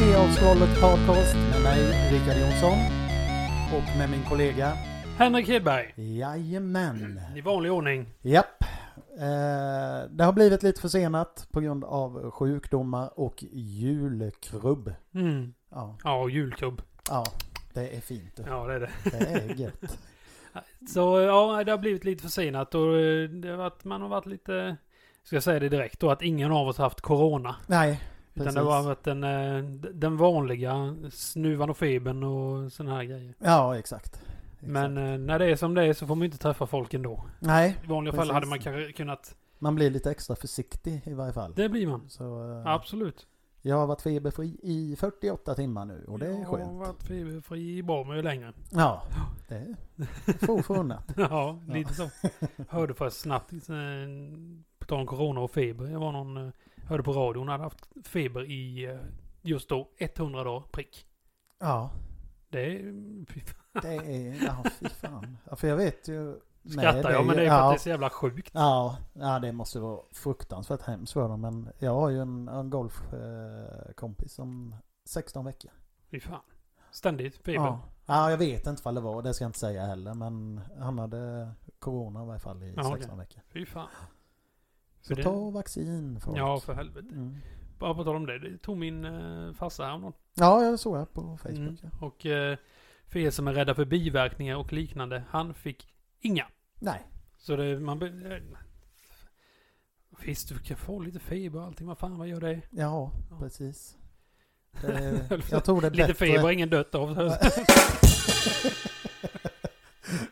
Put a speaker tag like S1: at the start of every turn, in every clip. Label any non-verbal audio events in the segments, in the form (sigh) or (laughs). S1: Protokollet Podcast med mig, Rickard Jonsson. Och med min kollega.
S2: Henrik Hedberg,
S1: Jajamän.
S2: i vanlig ordning.
S1: Japp. Eh, det har blivit lite försenat på grund av sjukdomar och julkrubb.
S2: Mm.
S1: Ja,
S2: Ja, och julkubb.
S1: ja det är fint. det.
S2: Ja, det är det.
S1: Det är gött.
S2: Så ja, det har blivit lite försenat och eh, det har varit, man har varit lite... Ska jag säga det direkt då? Att ingen av oss har haft corona.
S1: Nej,
S2: (laughs) Utan
S1: precis.
S2: det har varit den, eh, d- den vanliga snuvan och febern och sådana här grejer.
S1: Ja, exakt. exakt.
S2: Men eh, när det är som det är så får man ju inte träffa folk ändå.
S1: Nej,
S2: I vanliga
S1: Precis.
S2: fall hade man kanske kunnat...
S1: man blir lite extra försiktig i varje fall.
S2: Det blir man.
S1: Så, eh,
S2: Absolut.
S1: Jag har varit feberfri i 48 timmar nu och det är
S2: Jag har
S1: skönt.
S2: varit feberfri bra mycket längre.
S1: Ja, det är få förunnat.
S2: (laughs) Ja,
S1: Ja.
S2: lite så. Hörde först snabbt, eh, på tal om corona och feber. Jag var någon, eh, hörde på radion, hade haft feber i eh, just då 100 dagar prick.
S1: Ja,
S2: Det är, fy fan,
S1: det är... Ja, fy fan. Ja, för jag vet ju... med
S2: skrattar jag, men det är för att
S1: ja,
S2: det är så jävla sjukt.
S1: ja, ja, det måste vara fruktansvärt hemskt för dem. Men jag har ju en, en golfkompis som 16 veckor.
S2: Fy fan. Ständigt feber.
S1: Ja. ja, jag vet inte vad det var. Det ska jag inte säga heller. Men han hade corona i varje fall i
S2: Ja, okej.
S1: 16 veckor.
S2: Fy fan.
S1: Så
S2: För det-
S1: ta vaccin folk.
S2: Ja, för helvete.
S1: Mm.
S2: Bara på tal om det, det tog min eh, farsa häromdagen.
S1: Ja, jag såg det på Facebook.
S2: Mm.
S1: Ja.
S2: Och eh, för er som är rädda för biverkningar och liknande, han fick inga.
S1: Nej,
S2: Så det, man... be- eh, Visst, du kan få lite feber och allting. Vad fan, vad gör det?
S1: ja,
S2: Ja. (laughs)
S1: precis. Det, jag tror det är
S2: Lite
S1: bättre-
S2: feber, ingen dött av. Nej,
S1: (laughs)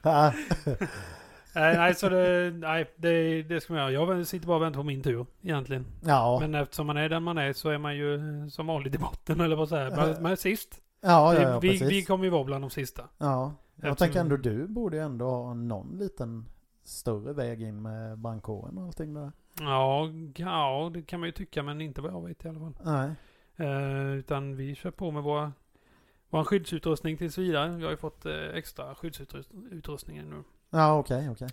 S1: Ja,
S2: (laughs) nej, så det, nej, det, det ska man göra. Jag sitter bara och väntar på min tur egentligen.
S1: ja,
S2: Men eftersom man är den man är så är man ju eh, som vanligt i botten eller vad säger man? Man är sist.
S1: ja, ja, ja
S2: vi, vi,
S1: precis.
S2: vi kommer ju vara bland de sista.
S1: ja. Jag
S2: Eftersom-
S1: tänker ändå du borde ju ändå ha någon liten större väg in med brandkåren och allting där.
S2: Ja, ja, det kan man ju tycka, men inte vad jag vet i alla fall.
S1: Nej.
S2: Eh, utan vi kör på med våra, vår skyddsutrustning tills vidare. Vi har ju fått eh, extra skyddsutrustning nu,
S1: Ja, okej, okej.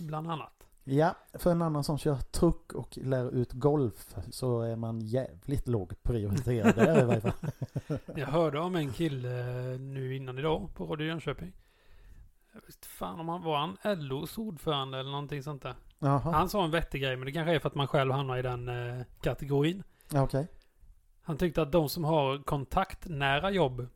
S2: bland annat.
S1: Ja, för en annan som kör truck och lär ut golf så är man jävligt lågt prioriterad där i varje
S2: (laughs)
S1: fall.
S2: Jag hörde om en kille eh, nu innan idag på Radio Jönköping. Jag vet inte fan om han var han LOs ordförande eller någonting sånt där.
S1: Jaha,
S2: Han sa en vettig grej, men det kanske är för att man själv hamnar i den eh, kategorin.
S1: ja, okej.
S2: Han tyckte att de som har kontaktnära jobb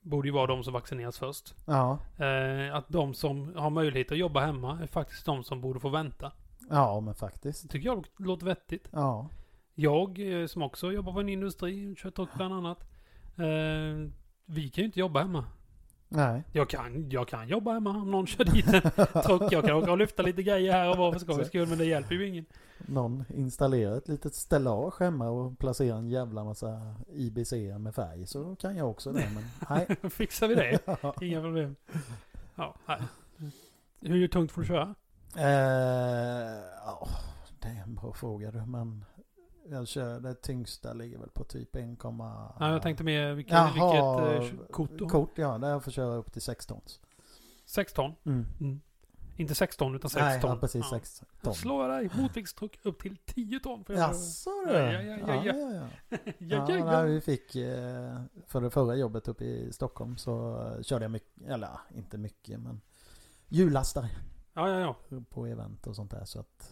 S2: borde ju vara de som vaccineras först.
S1: Ja,
S2: Eh, att de som har möjlighet att jobba hemma är faktiskt de som borde få vänta.
S1: ja men faktiskt.
S2: Det tycker jag låter vettigt.
S1: Ja,
S2: Jag eh, som också jobbar på en industri, kört åt bland annat. Eh, vi kan ju inte jobba hemma.
S1: nej.
S2: Jag kan, jag kan jobba hemma om någon kör dit en truck. Jag kan åka och lyfta lite grejer här och var för skojs skull, men det hjälper ju ingen. (laughs)
S1: Någon installerar ett litet stellage hemma och placerar en jävla massa IBC med färg så kan jag också det.
S2: (laughs)
S1: Men nej.
S2: Fixar vi det?
S1: (laughs)
S2: Inga problem. Ja, nej. Hur tungt får du köra?
S1: Eh, ja, det är en bra fråga du, men jag kör, det tyngsta ligger väl på typ 1,
S2: Ja, jag tänkte mer vilket,
S1: Jaha,
S2: vilket eh, kort du har.
S1: Kort ja, där jag får köra upp till 6 tons.
S2: 6 ton.
S1: Mm.
S2: Inte 6 ton utan 6
S1: Nej,
S2: ton.
S1: ja, precis
S2: Ja.
S1: 6
S2: Då
S1: ton.
S2: slår jag dig motviktstruck upp till 10 ton. För jag
S1: Jaså du?
S2: Ja, ja, ja, ja, ja.
S1: ja.
S2: ja,
S1: Ja,
S2: ja,
S1: när vi fick eh, för det förra jobbet uppe i Stockholm så eh, körde jag mycket, eller ja, inte mycket men jullastar
S2: ja, ja, ja.
S1: på event och sånt där så att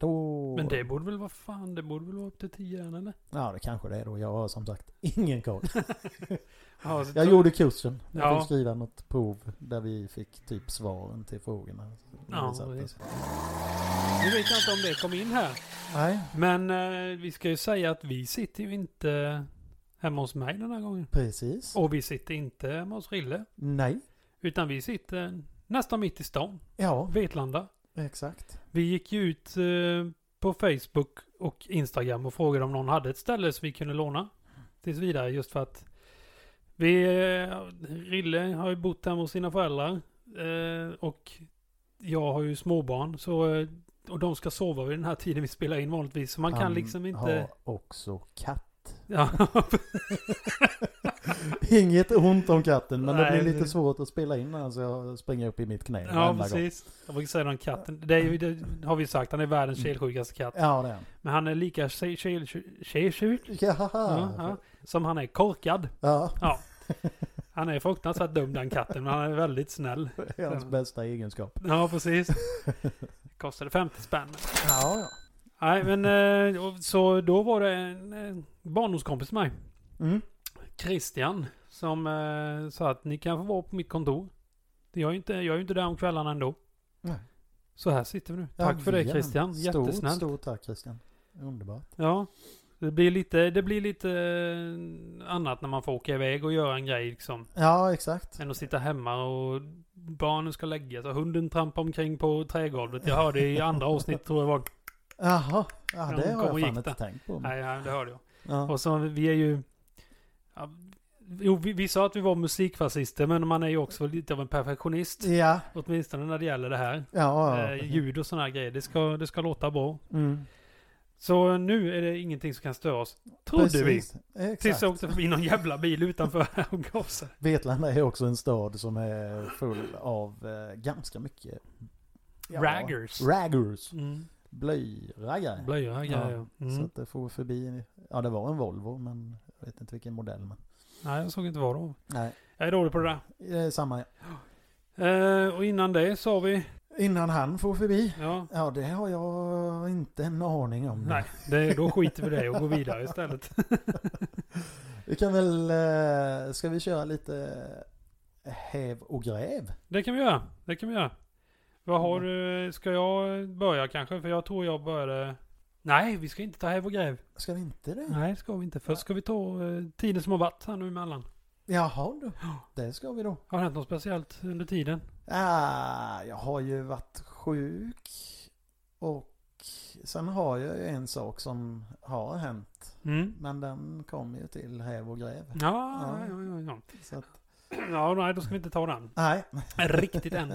S1: då...
S2: Men det borde väl vara fan, det borde väl vara upp till 10
S1: (laughs)
S2: än eller?
S1: Ja det kanske det är då. Jag har som sagt (laughs) ingen koll.
S2: Ja, så-
S1: Jag gjorde kursen. Jag
S2: Ja.
S1: fick skriva något prov där vi fick typ svaren till frågorna.
S2: Ja,
S1: Vi satte
S2: precis.
S1: oss.
S2: Nu vet jag inte om det kom in här.
S1: Nej,
S2: Men eh, vi ska ju säga att vi sitter ju inte hemma hos mig den här gången.
S1: precis.
S2: Och vi sitter inte hemma hos Rille.
S1: Nej.
S2: Utan vi sitter nästan mitt i stan.
S1: Ja,
S2: Vetlanda.
S1: exakt.
S2: Vi gick ju ut eh, på Facebook och Instagram och frågade om någon hade ett ställe som vi kunde låna. Tills vidare just för att vi, eh, Rille har ju bott hemma hos sina föräldrar. Eh, och jag har ju småbarn. Så, eh, och de ska sova vid den här tiden vi spelar in vanligtvis. Så man kan
S1: Han
S2: liksom inte...
S1: har också katt.
S2: (laughs)
S1: (laughs)
S2: Ja,
S1: Inget ont om katten men
S2: Nej,
S1: det blir lite
S2: det-
S1: svårt att spela in den så jag springer upp i mitt knä
S2: ja
S1: varenda gång.
S2: precis. Jag brukar säga det om katten. Det, är, ju- det har vi sagt, han är
S1: Mm.
S2: världens kelsjukaste katt.
S1: Ja det är han.
S2: Men han är lika kel- kel- kel- kel-
S1: Jaha.
S2: Ja, ja. Som han är korkad.
S1: Ja,
S2: Ja. Han är fruktansvärt dum den katten, men han är väldigt snäll.
S1: (laughs) det är hans
S2: Ja.
S1: bästa egenskap.
S2: Ja,
S1: (laughs)
S2: precis. Kostade 50 spänn.
S1: Ja, ja.
S2: Nej, men eh, och så då var det en eh, barndomskompis till mig.
S1: Mm.
S2: Christian som eh, sa att ni kan få vara på mitt kontor. Jag är ju inte, jag är ju inte där om kvällarna ändå.
S1: Nej.
S2: Så här sitter vi nu.
S1: Ja,
S2: Tack för det
S1: ja.
S2: Christian.
S1: Stort,
S2: Jättesnällt.
S1: stort tack Christian. Underbart.
S2: Ja. Det blir, lite, det blir lite eh, annat när man får åka iväg och göra en grej liksom.
S1: Ja, exakt.
S2: Än att sitta hemma och barnen ska lägga sig. Hunden trampar omkring på trägolvet. Jag hörde i andra avsnitt tror jag var.
S1: Jaha, ja, det
S2: de
S1: har
S2: kom och
S1: jag
S2: gick
S1: fan inte
S2: där.
S1: tänkt på.
S2: Nej, nej, det hörde jag.
S1: Ja.
S2: Och så vi är ju... Ja, jo, vi, vi sa att vi var musikfascister men man är ju också lite av en perfektionist.
S1: Ja,
S2: Åtminstone när det gäller det här.
S1: ja, ja.
S2: Eh, ljud och sådana här grejer. Det ska, det ska låta bra.
S1: Mm.
S2: Så nu är det ingenting som kan störa oss. Trodde vi.
S1: Precis.
S2: Tills
S1: Exakt.
S2: det åkte förbi någon jävla bil utanför (laughs) och gav sig.
S1: Vetlanda är också en stad som är full av eh, ganska mycket...
S2: Raggers.
S1: Raggers.
S2: Mm.
S1: Blöjraggare.
S2: Blöjor, ja. ja.
S1: Så
S2: Mm.
S1: att det får förbi... Ja, det var en Volvo, men jag vet inte vilken modell. Men...
S2: Nej, jag såg inte vad det var.
S1: Nej,
S2: Jag är dålig på det
S1: det är samma.
S2: där. Eh, och innan det sa vi...
S1: Innan han får förbi.
S2: Ja.
S1: Ja, det har jag inte en aning om.
S2: Mm. Nej, det, då skiter vi i det och går vidare istället.
S1: Vi kan väl... eh, Ska vi köra lite eh, häv och gräv?
S2: Det kan vi göra. Det kan vi göra. Vad har du? Ska jag börja kanske? För jag tror jag började... Nej, vi ska inte ta häv och gräv.
S1: Ska vi inte det?
S2: Nej, det ska vi inte. Först ska vi ta eh, tiden som har varit här nu emellan.
S1: Jaha då. Det ska vi då.
S2: Har det hänt något speciellt under tiden?
S1: Ah, jag har ju varit sjuk. Och sen har jag ju en sak som har hänt.
S2: Mm.
S1: Men den kommer ju till häv och gräv.
S2: Ja,
S1: Ja.
S2: ja, ja, ja.
S1: Så att,
S2: Ja, nej, då ska vi inte ta den.
S1: nej. (laughs)
S2: Riktigt än.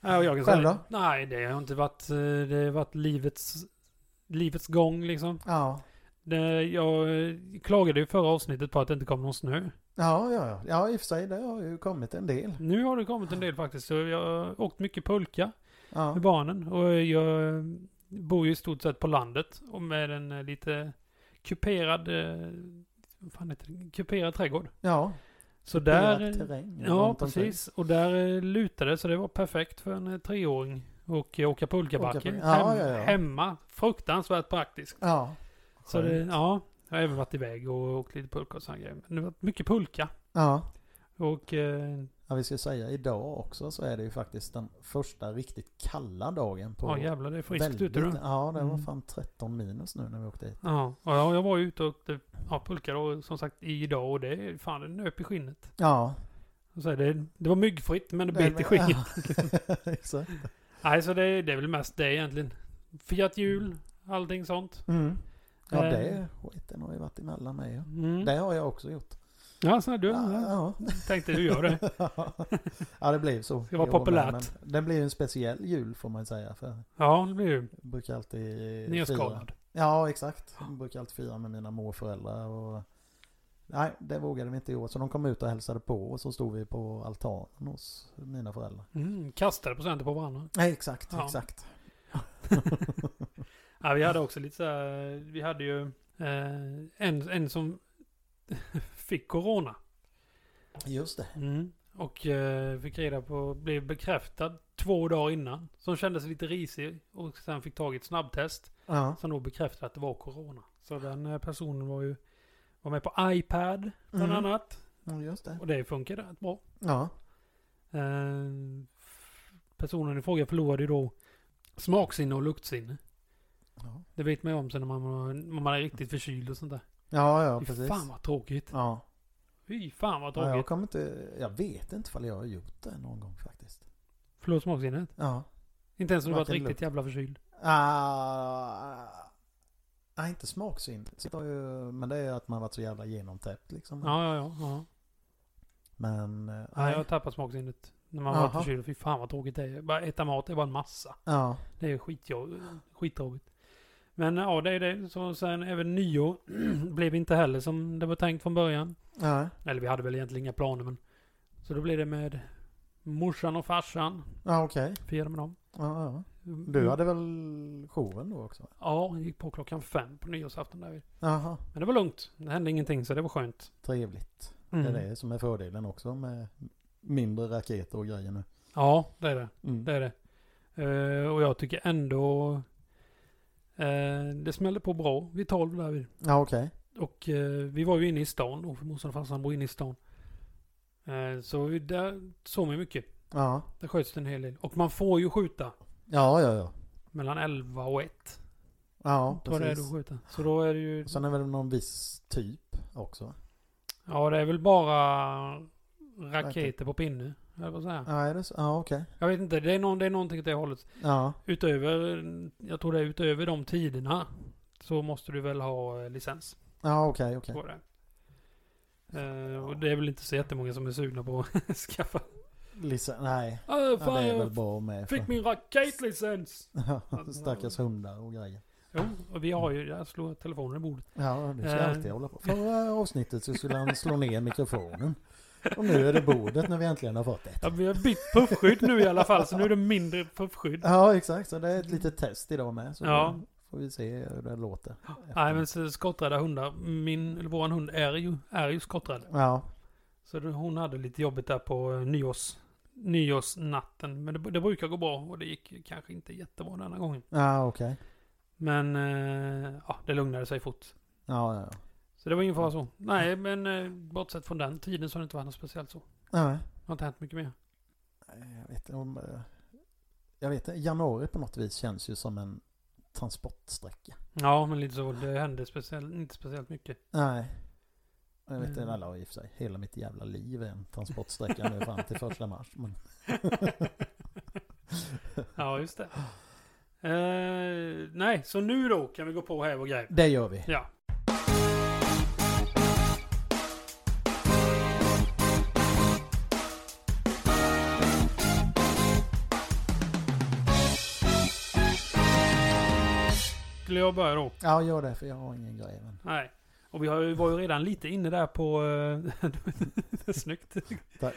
S2: Ja, och jag kan
S1: Själv
S2: säga-
S1: då?
S2: Nej, det har inte varit... eh, Det har varit livets, livets gång liksom.
S1: Ja.
S2: Det, jag eh, klagade ju förra avsnittet på att det inte kom någon snö.
S1: Ja, ja, ja. Ja, i och för sig. Det har ju kommit en del.
S2: Nu har det kommit en del faktiskt. Så jag har åkt mycket pulka
S1: Ja.
S2: med barnen. Och jag eh, bor ju i stort sett på landet. Och med en eh, lite kuperad... eh, Vad fan heter det? Kuperad trädgård.
S1: Ja.
S2: Så
S1: Berg,
S2: där...
S1: terräng.
S2: Ja,
S1: runt omkring.
S2: precis. Och där eh, lutade det så det var perfekt för en eh, treåring. Och eh, åka pulkabacke.
S1: Åka pulka. Ja,
S2: Hem-
S1: ja, ja.
S2: Hemma. Fruktansvärt praktiskt.
S1: Ja.
S2: Så det,
S1: Skönt.
S2: ja, jag har även varit iväg och åkt lite pulka och sådana grejer. Men det har varit mycket pulka.
S1: Ja.
S2: Och eh,
S1: ja, vi ska säga idag också så är det ju faktiskt den första riktigt kalla dagen på
S2: ja jävlar det är friskt ute du.
S1: Ja, det var
S2: Mm.
S1: fan 13 minus nu när vi åkte hit.
S2: Ja, och jag, jag var ute och åkte ja, pulka då, som sagt idag och det är fan det nöp i skinnet.
S1: Ja.
S2: Och Så är det, det var myggfritt men det bet i skinnet.
S1: (laughs) Ja, (laughs) Exakt.
S2: Nej så det, det är väl mest det egentligen. Firat jul, allting sånt.
S1: Mm. Ja,
S2: Eh.
S1: det skiten har ju varit emellan mig. ja.
S2: Mm.
S1: Det har jag också gjort.
S2: Ja, så är du. Jag
S1: Ja,
S2: tänkte du
S1: (laughs)
S2: gör det.
S1: ja det blev så.
S2: Ska vara
S1: i år med,
S2: populärt.
S1: men Det blev ju en speciell jul får man ju säga. För
S2: Ja, det blir ju
S1: jag brukar alltid fira.
S2: nerskadad.
S1: Ja, exakt. Jag brukar alltid fira med mina morföräldrar. Och... Nej, det vågade vi inte i år. Så de kom ut och hälsade på och så stod vi på altanen hos mina föräldrar.
S2: Mm, kastade presenter på varandra.
S1: Nej, exakt.
S2: Ja.
S1: Exakt.
S2: Ja, vi hade också lite så här, vi hade ju eh, en, en som (laughs) fick corona.
S1: Just det.
S2: Mm. Och eh, fick reda på, blev bekräftad två dagar innan. Som kändes lite risig och sen fick tag i ett snabbtest.
S1: Ja.
S2: Som då bekräftade att det var corona. Så den eh, personen var ju var med på iPad bland
S1: Mm.
S2: annat.
S1: Ja, Just det.
S2: Och det funkade rätt bra.
S1: Ja.
S2: Eh, personen i fråga förlorade ju då smaksinne och luktsinne.
S1: Ja,
S2: Det vet man ju om sen när man, var- när man är riktigt förkyld och sånt där.
S1: ja, ja
S2: Fy
S1: precis.
S2: fan vad tråkigt.
S1: Ja.
S2: Fy fan vad
S1: Ja, jag
S2: tråkigt.
S1: kommer inte, jag vet inte ifall jag har gjort det någon gång faktiskt.
S2: Förlorade smaksinnet.
S1: Ja.
S2: Inte ens om du varit
S1: Varken
S2: riktigt
S1: lukt.
S2: jävla förkyld.
S1: Ah, nej, inte smaksyn. Så det är ju- Men det är ju att man varit så jävla genomtäppt liksom.
S2: Ja, ja, ja. ja.
S1: Men, eh,
S2: Nej, jag
S1: nej.
S2: har tappat smaksinnet. När man var
S1: Jaha.
S2: förkyld. Fy fan vad tråkigt det är. Bara äta mat är bara en massa.
S1: Ja.
S2: Det är skitjo- skittråkigt. Men ja, det är det. Så sen även nyår (clears throat) blev inte heller som det var tänkt från början.
S1: Ja.
S2: Eller vi hade väl egentligen inga planer men. Så då blev det med morsan och farsan.
S1: Ja, okej.
S2: Firade med dem. Mm.
S1: Ja, ja. Du hade väl showen då också?
S2: Ja, jag gick på klockan fem på nyårsafton där.
S1: Jaha,
S2: Men det var lugnt. Det hände ingenting så det var skönt.
S1: trevligt.
S2: Mm.
S1: Det är det som är fördelen också med mindre raketer och grejer nu.
S2: Ja, det är det.
S1: Mm.
S2: Det är det. Eh, och jag tycker ändå... eh, det smällde på bra vid tolv där vid.
S1: Ja, okej.
S2: Och eh, vi var ju inne i stan då, för morsan och farsan bor inne i stan. Eh, så vi- där såg man mycket.
S1: Ja.
S2: Där sköts det en hel del. Och man får ju skjuta
S1: ja, ja, ja.
S2: mellan 11 och 1.
S1: Ja,
S2: Vad det är du
S1: precis.
S2: skjuta. Så då är det ju...
S1: Sen är det väl någon viss typ också?
S2: Ja, det är väl bara raketer på pinne. Eller vad säger jag?
S1: Ja, är det så? Ja, okej.
S2: Jag vet inte, det är, någon, det är någonting åt det hållet.
S1: Ja,
S2: Utöver, jag tror det är utöver de tiderna. Så måste du väl ha eh, licens
S1: ja okej, okej.
S2: på det. Eh, och det är väl inte så jättemånga som är sugna på att (laughs) skaffa.
S1: Lisa, nej.
S2: Äh,
S1: Ja, det
S2: fan,
S1: är väl
S2: jag
S1: bra med.
S2: fick min raketlicens!
S1: Ja, (laughs) Stackars hundar och grejer.
S2: Jo, och vi har ju, jag slår telefonen i bordet.
S1: Ja, du ska
S2: Eh.
S1: alltid hålla på. Förra avsnittet så skulle han slå ner mikrofonen. Och nu är det bordet när vi äntligen har fått det.
S2: Ja, vi har bytt puffskydd nu i alla fall, så nu är det mindre puffskydd.
S1: Ja, exakt. Så det är ett litet test idag med. Så
S2: Ja.
S1: får vi se hur det låter. efter.
S2: Nej men så skotträdda hundar, min, eller våran hund är ju, är ju skotträdd.
S1: Ja,
S2: Så det- hon hade lite jobbigt där på eh, nyårs, nyårsnatten. Men det, det brukar gå bra och det gick kanske inte jättebra denna gången.
S1: ja okej.
S2: Men eh, ja, det lugnade sig fort.
S1: Ja, ja, ja.
S2: Så det var ingen fara så. Nej, men eh, bortsett från den tiden så har det inte varit något speciellt så.
S1: Nej,
S2: Det har inte hänt mycket mer.
S1: jag vet inte om... eh, Jag vet inte, januari på något vis känns ju som en transportsträcka.
S2: Ja, men lite så. Det hände speciellt, inte speciellt mycket.
S1: Nej. Jag vet inte,
S2: Mm.
S1: eller i och för sig, hela mitt jävla liv är en transportsträcka nu fram till första mars. Men,
S2: (laughs) Ja, just det. Eh, nej, så nu då kan vi gå på här och grej.
S1: det gör vi.
S2: Ja. Skulle jag börja då?
S1: Ja, gör det, för jag har ingen grej än.
S2: Nej. Och vi har ju, var ju redan lite inne där på... eh, (laughs) det är snyggt.
S1: Tack.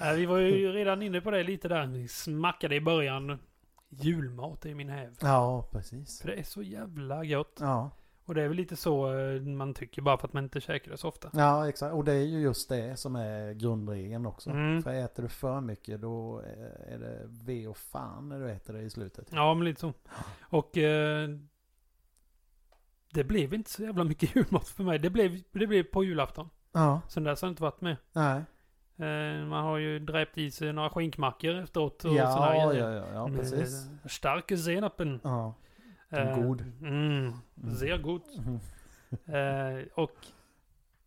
S2: Nej, vi var ju redan inne på det lite där. Vi smackade i början. Julmat är min häv.
S1: Ja, precis.
S2: För det är så jävla gött.
S1: Ja,
S2: Och det är väl lite så eh, man tycker bara för att man inte käkar det så ofta.
S1: ja exakt. Och det är ju just det som är grundregeln också.
S2: Mm.
S1: För äter du för mycket då eh, är det ve och fan när du äter det i slutet.
S2: Ja, men lite så. Och eh, det blev inte så jävla mycket (laughs) julmat för mig. Det blev, det blev på julafton.
S1: Ja,
S2: Sen dess har jag inte varit med.
S1: nej.
S2: Eh, man har ju dräpt i sig några skinkmackor efteråt. Och såna
S1: Ja, ja,
S2: grejer.
S1: ja, ja, precis.
S2: Med Starke senapen.
S1: Ja, Den god.
S2: Mm,
S1: Mm.
S2: sehr gut.
S1: Mhm.
S2: (laughs) Eh, och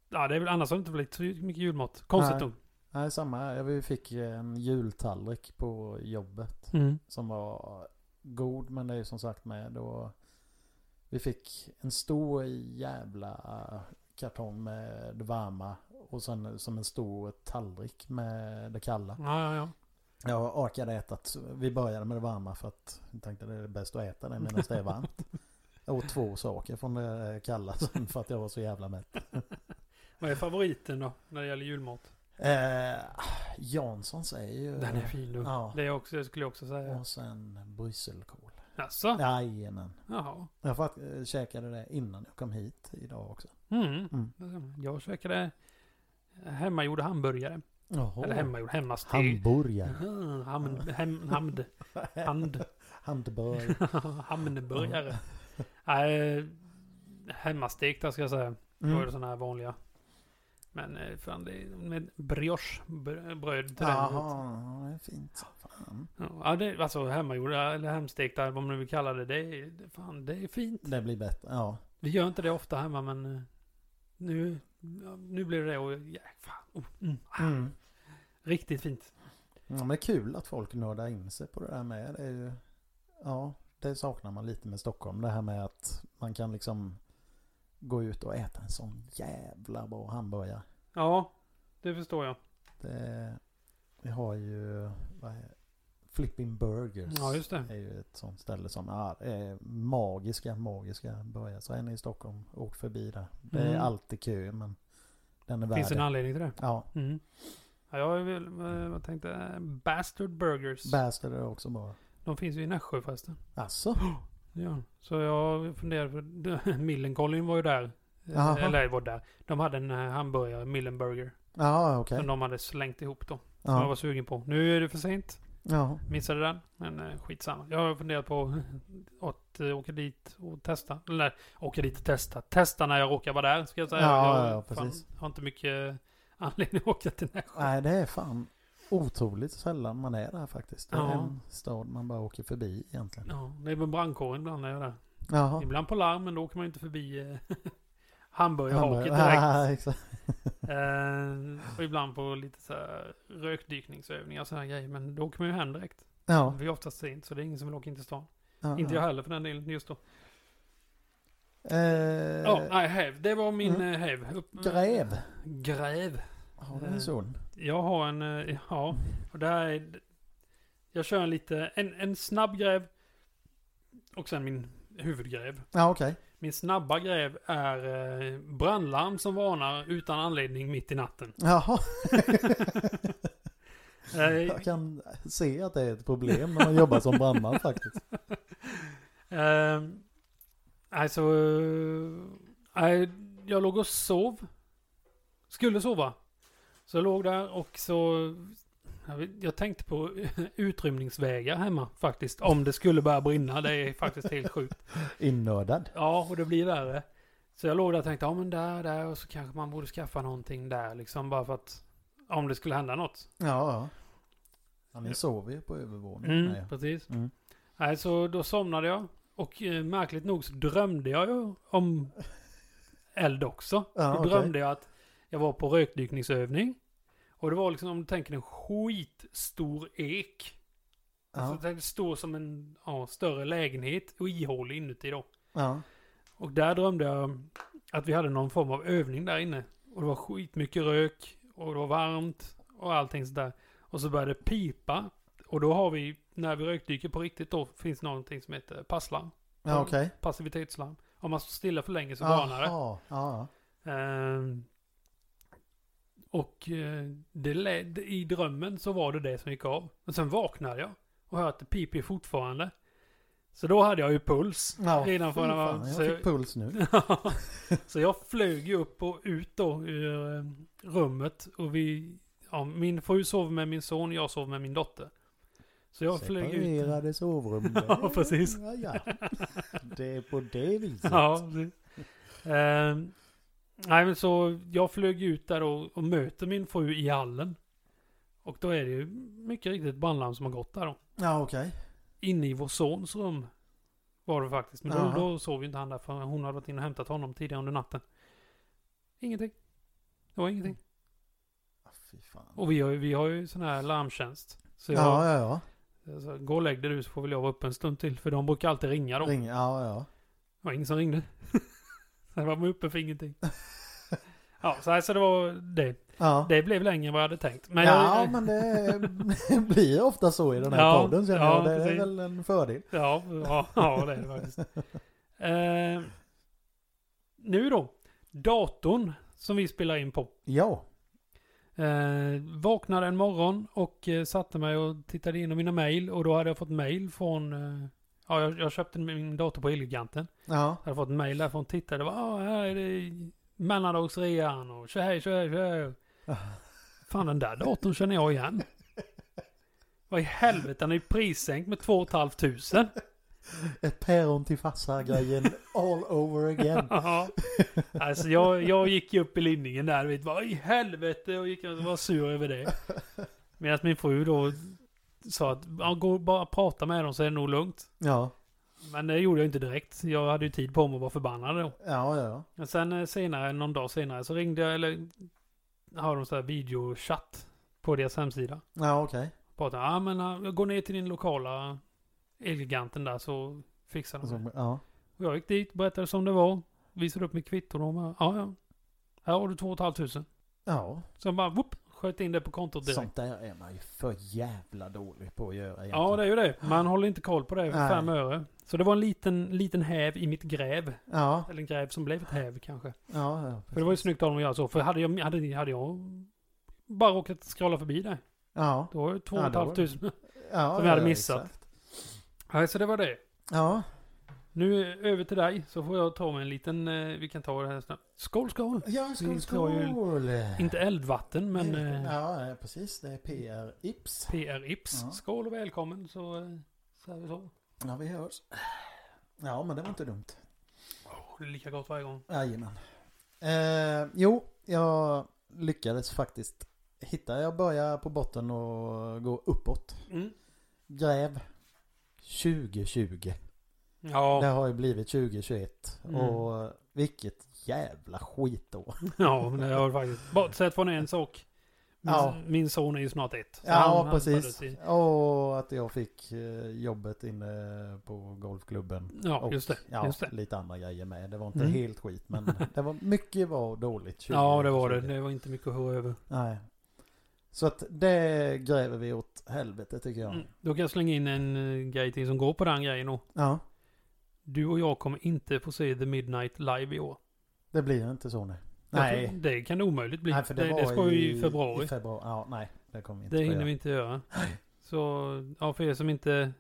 S2: ja, det är väl annars har det inte blivit så mycket julmat. Konstigt
S1: Nej.
S2: nog.
S1: nej, samma här. Vi fick en jultallrik på jobbet.
S2: Mm.
S1: som var god. Men det är ju som sagt med då. Vi fick en stor jävla eh, kartong med det varma. Och sen som en stor tallrik med det kalla.
S2: Ja, ja, ja.
S1: Jag orkade äta. t- Vi började med det varma för att jag tänkte det är bäst att äta det medan det är varmt. Jag åt två saker från det eh, kalla sen för att jag var så jävla mätt.
S2: Vad är favoriten då när det gäller julmat?
S1: Eh, Janssons är ju...
S2: Den är fin då.
S1: Eh, Ja.
S2: Det, är också, det skulle jag också säga.
S1: Och sen brysselkål.
S2: Jaså?
S1: Jajamän.
S2: Jaha.
S1: Jag fatt, eh, käkade det innan jag kom hit idag också.
S2: Mm.
S1: Mm.
S2: Jag käkade hemmagjorda hamburgare.
S1: Jaha.
S2: Eller hemmagjord, hemmasteg.
S1: Hamburgare.
S2: Mm, Hamn, hem, hamd, (laughs) hand,
S1: Hamburgare.
S2: (laughs) hamnburgare. Nej, hemmastekta ska jag säga. Då
S1: Mm.
S2: är det sådana här vanliga. Men eh, fan, det är med briochebröd till den.
S1: Jaha, det är fint. Fan.
S2: Ja, det, alltså hemmagjorda eller hemstekta, vad man nu vill kalla det. Det är, det- fan, det är fint.
S1: Det blir bättre. Ja.
S2: Vi gör inte det ofta hemma, men eh, nu, ja, nu blir det det och ja, fan. Oh, mm, ah,
S1: Mm.
S2: Riktigt fint.
S1: ja. Men det är kul att folk nördar in sig på det där med. Det är ju, ja, det saknar man lite med Stockholm. Det här med att man kan liksom gå ut och äta en sån jävla bra hamburgare.
S2: Ja, det förstår jag.
S1: Det, vi har ju vad är, Flipping Burgers.
S2: Ja, just det.
S1: är ju ett sånt ställe som ja, det är magiska, magiska börjar. Så är ni i Stockholm, åk förbi där. Det är
S2: Mm.
S1: alltid kö, men den är
S2: Det finns
S1: värd
S2: en
S1: det.
S2: anledning till det.
S1: Ja,
S2: Mm. Ja, jag vill, eh, vad tänkte jag? Bastard Burgers.
S1: Bastard är också bra.
S2: De finns ju i Nässjö förresten.
S1: Alltså?
S2: Ja, så jag funderade för (laughs) Millencolin var ju där.
S1: Jaha.
S2: Eller var där. De hade en eh, hamburgare, Millenburger.
S1: Ja, okej.
S2: Som de hade slängt ihop då. Som jag
S1: Ja.
S2: var sugen på. Nu är det för sent.
S1: Ja.
S2: Missade den. Men eh, skitsamma. Jag har funderat på (laughs) att eh, åka dit och testa. Eller åka dit och testa. Testa när jag råkar vara där ska jag säga.
S1: Ja,
S2: jag
S1: ja, ja,
S2: fan,
S1: precis.
S2: har inte mycket eh, (laughs) anledning att åka till Nässjö.
S1: Nej, det är fan otroligt sällan man är där faktiskt. Det är
S2: Ja.
S1: en stad man bara åker förbi egentligen.
S2: Ja, det är väl brandkåren ibland när jag är där.
S1: Jaha.
S2: Ibland på larm, men då åker man ju inte förbi eh, (laughs)
S1: Hamburg-
S2: hamburgerhaket
S1: (laughs)
S2: direkt.
S1: Ja, exakt.
S2: Eh, och ibland på lite så här rökdykningsövningar och sådana grejer. Men då åker man ju hem direkt.
S1: Ja.
S2: Vi är oftast sent, så det är ingen som vill åka in till stan.
S1: ja,
S2: Inte jag
S1: ja.
S2: heller för den delen just då.
S1: Eh,
S2: Ja, nej, häv. Det var min mm. häv. Upp,
S1: Gräv.
S2: Gräv.
S1: Har du
S2: Eh.
S1: en son?
S2: Jag har en, eh, ja. Och det här är, jag kör en lite, en, en snabb gräv. Och sen min huvudgräv.
S1: Ja, okej.
S2: Min snabba gräv är eh, brandlarm som varnar utan anledning mitt
S1: (laughs)
S2: i natten.
S1: Jaha.
S2: Eh,
S1: Jag kan se att det är ett problem när man jobbar som brandman faktiskt.
S2: Ehm, alltså, eh, nej, jag låg och sov. Skulle sova. Så jag låg där och så... Jag, vet, jag tänkte på (laughs) utrymningsvägar hemma faktiskt. Om det skulle börja brinna. Det är faktiskt helt sjukt.
S1: Innördad.
S2: Ja, och det blir värre. Så jag låg där och tänkte, ja men där, där och så kanske man borde skaffa någonting där liksom. Bara för att... Om det skulle hända något.
S1: Ja, ja. Ja, ni sover ju på övervåningen.
S2: Mm,
S1: Nej.
S2: precis.
S1: Mm.
S2: Nej, så då somnade jag. Och eh, märkligt nog så drömde jag ju om eld också.
S1: Ja,
S2: då
S1: okej.
S2: drömde jag att jag var på rökdykningsövning. Och det var liksom, om du tänker en skitstor ek.
S1: Ja,
S2: Alltså, den står som en ja, större lägenhet och ihålig inuti då.
S1: ja.
S2: Och där drömde jag att vi hade någon form av övning där inne. Och det var skitmycket rök och det var varmt och allting sådär. Och så började det pipa. Och då har vi, när vi rökdyker på riktigt då, finns någonting som heter passlarm.
S1: ja okej.
S2: Passivitetslarm. Om man står stilla för
S1: Ah.
S2: länge så varnar det.
S1: Jaha, ja.
S2: Ehm, och eh, det led, i drömmen så var det det som gick av. Men sen vaknade jag och hörde att det piper fortfarande. Så då hade jag ju puls.
S1: ja. fy
S2: Redan från när man-
S1: fan, Jag
S2: så-
S1: fick puls nu.
S2: Ja. så jag flög ju upp och ut då ur eh, rummet. Och vi, ja, min fru sov med min son, jag sov med min dotter. Så jag flög ut.
S1: Separerade sovrum.
S2: (laughs) Ja, precis.
S1: Ja, ja. Det är på det viset.
S2: Ja, precis. Ehm, nej, men så jag flög ut där och, och möter min fru i hallen. Och då är det ju mycket riktigt ett brandlarm som har gått där då.
S1: Ja, okej.
S2: Inne i vår sons rum var det faktiskt. Men då,
S1: Jaha.
S2: då sov ju inte han där för hon hade varit inne och hämtat honom tidigare under natten. Ingenting. Det var ingenting.
S1: Ja, Ah, Fy fan.
S2: Och vi har, ju- vi har ju sån här larmtjänst. Så jag,
S1: Ja, ja,
S2: så gå och lägg dig du så får väl jag vara uppe en stund till. För de brukar alltid ringa
S1: ja.
S2: då.
S1: Ring, ja, ja.
S2: Det var ingen som ringde. (laughs) så jag var uppe för ingenting. ja, så, här, så det var det.
S1: Ja,
S2: Det blev längre än vad jag hade tänkt. Men
S1: ja
S2: jag,
S1: men det (laughs) blir ofta så i den här
S2: Ja,
S1: podden känner
S2: ja,
S1: jag. Det är
S2: precis.
S1: väl en fördel.
S2: ja, ja, ja, det är det faktiskt. Eh, nu då. Datorn som vi spelar in på.
S1: Ja.
S2: Eh, vaknade en morgon och eh, satte mig och tittade igenom mina mejl. Och då hade jag fått mejl från... Eh, ja, jag, jag köpte min dator på Elgiganten.
S1: Ja.
S2: Jag hade fått mejl där från tittare. Det var ah, här är det mellandagsrean och tjo hej, tjo hej, tjo hej. Fan den där datorn känner jag igen. Vad i helvete, den är ju prissänkt med 2 500.
S1: Ett päron till farsa-grejen all over again.
S2: (laughs) Ja. alltså jag, jag gick ju upp i linningen där. Vet, vad i helvete, och gick och var sur över det. Medan min fru då sa att ja, gå och bara prata med dem så är det nog lugnt.
S1: (laughs) Ja,
S2: Men det gjorde jag inte direkt. Jag hade ju tid på mig att vara förbannad då.
S1: ja, ja.
S2: Men sen eh, senare, någon dag senare, så ringde jag, eller har de så här videochatt på deras hemsida.
S1: Ja, okej.
S2: Pratade, ja men eh, jag går ner till din lokala Elgiganten där så fixar de det.
S1: Alltså, Ja.
S2: Och jag gick dit, berättade som det var, visade upp mitt kvitto och de bara, ja ja. Här har du 2 500.
S1: Ja,
S2: Sen bara, whoop, sköt in det på kontot direkt.
S1: sånt där är man ju för jävla dålig på att göra
S2: Ja, det är ju det. Man håller inte koll på det för
S1: Nej.
S2: fem öre. Så det var en liten, liten häv i mitt gräv.
S1: Ja,
S2: Eller en gräv som blev ett häv kanske.
S1: ja, ja.
S2: För det var ju snyggt av dem att göra så. För hade jag, hade, hade jag bara råkat scrolla förbi där.
S1: Ja.
S2: Då var det två
S1: Ja,
S2: och ett
S1: då var
S2: halvt
S1: det.
S2: tusen.
S1: ja
S2: Som vi hade
S1: ja,
S2: missat.
S1: exakt.
S2: Nej, så det var det.
S1: Ja.
S2: Nu eh, över till dig, så får jag ta mig en liten, eh, vi kan ta det här snabbt. Skål, skål!
S1: Ja, skål,
S2: Vi ska ju-
S1: skål.
S2: Inte eldvatten, men eh,
S1: Ja, precis. Det är PR Ips.
S2: PR Ips.
S1: Ja.
S2: Skål och välkommen, så eh, säger vi så.
S1: Ja, vi hörs. Ja, men det var inte dumt.
S2: Åh, det är lika gott varje gång.
S1: Jajamän. Eh, jo, jag lyckades faktiskt hitta. Jag börjar på botten och gå uppåt.
S2: Mm.
S1: Gräv 2020. Det
S2: Ja,
S1: har ju blivit 2021.
S2: Mm.
S1: Och vilket jävla skitår.
S2: ja, men det har det faktiskt. Bortsett från en sak. Min,
S1: Ja.
S2: min son är ju snart ett. Så han-
S1: Ja,
S2: han
S1: precis.
S2: föddes i-
S1: Och att jag fick eh, jobbet inne på golfklubben.
S2: Ja,
S1: Och,
S2: just det.
S1: Ja,
S2: just det.
S1: lite andra grejer med. Det var inte
S2: Mm.
S1: helt skit, men det var, mycket var dåligt. 2020.
S2: (laughs) Ja, det var det. Det var inte mycket att höra över.
S1: Nej. Så att det gräver vi åt helvete tycker jag.
S2: Mm. Då kan jag slänga in en eh, grej till som går på den grejen då.
S1: Ja,
S2: Du och jag kommer inte få se The Midnight live i år.
S1: det blir inte så nu.
S2: Jag
S1: Nej.
S2: tror- Det kan det omöjligt bli.
S1: Nej, för det,
S2: det,
S1: var
S2: det ska ju i februari.
S1: I februari. Ja, nej, det kommer vi inte
S2: det
S1: få
S2: hinner
S1: göra.
S2: vi inte göra. Så, ja, för er som inte,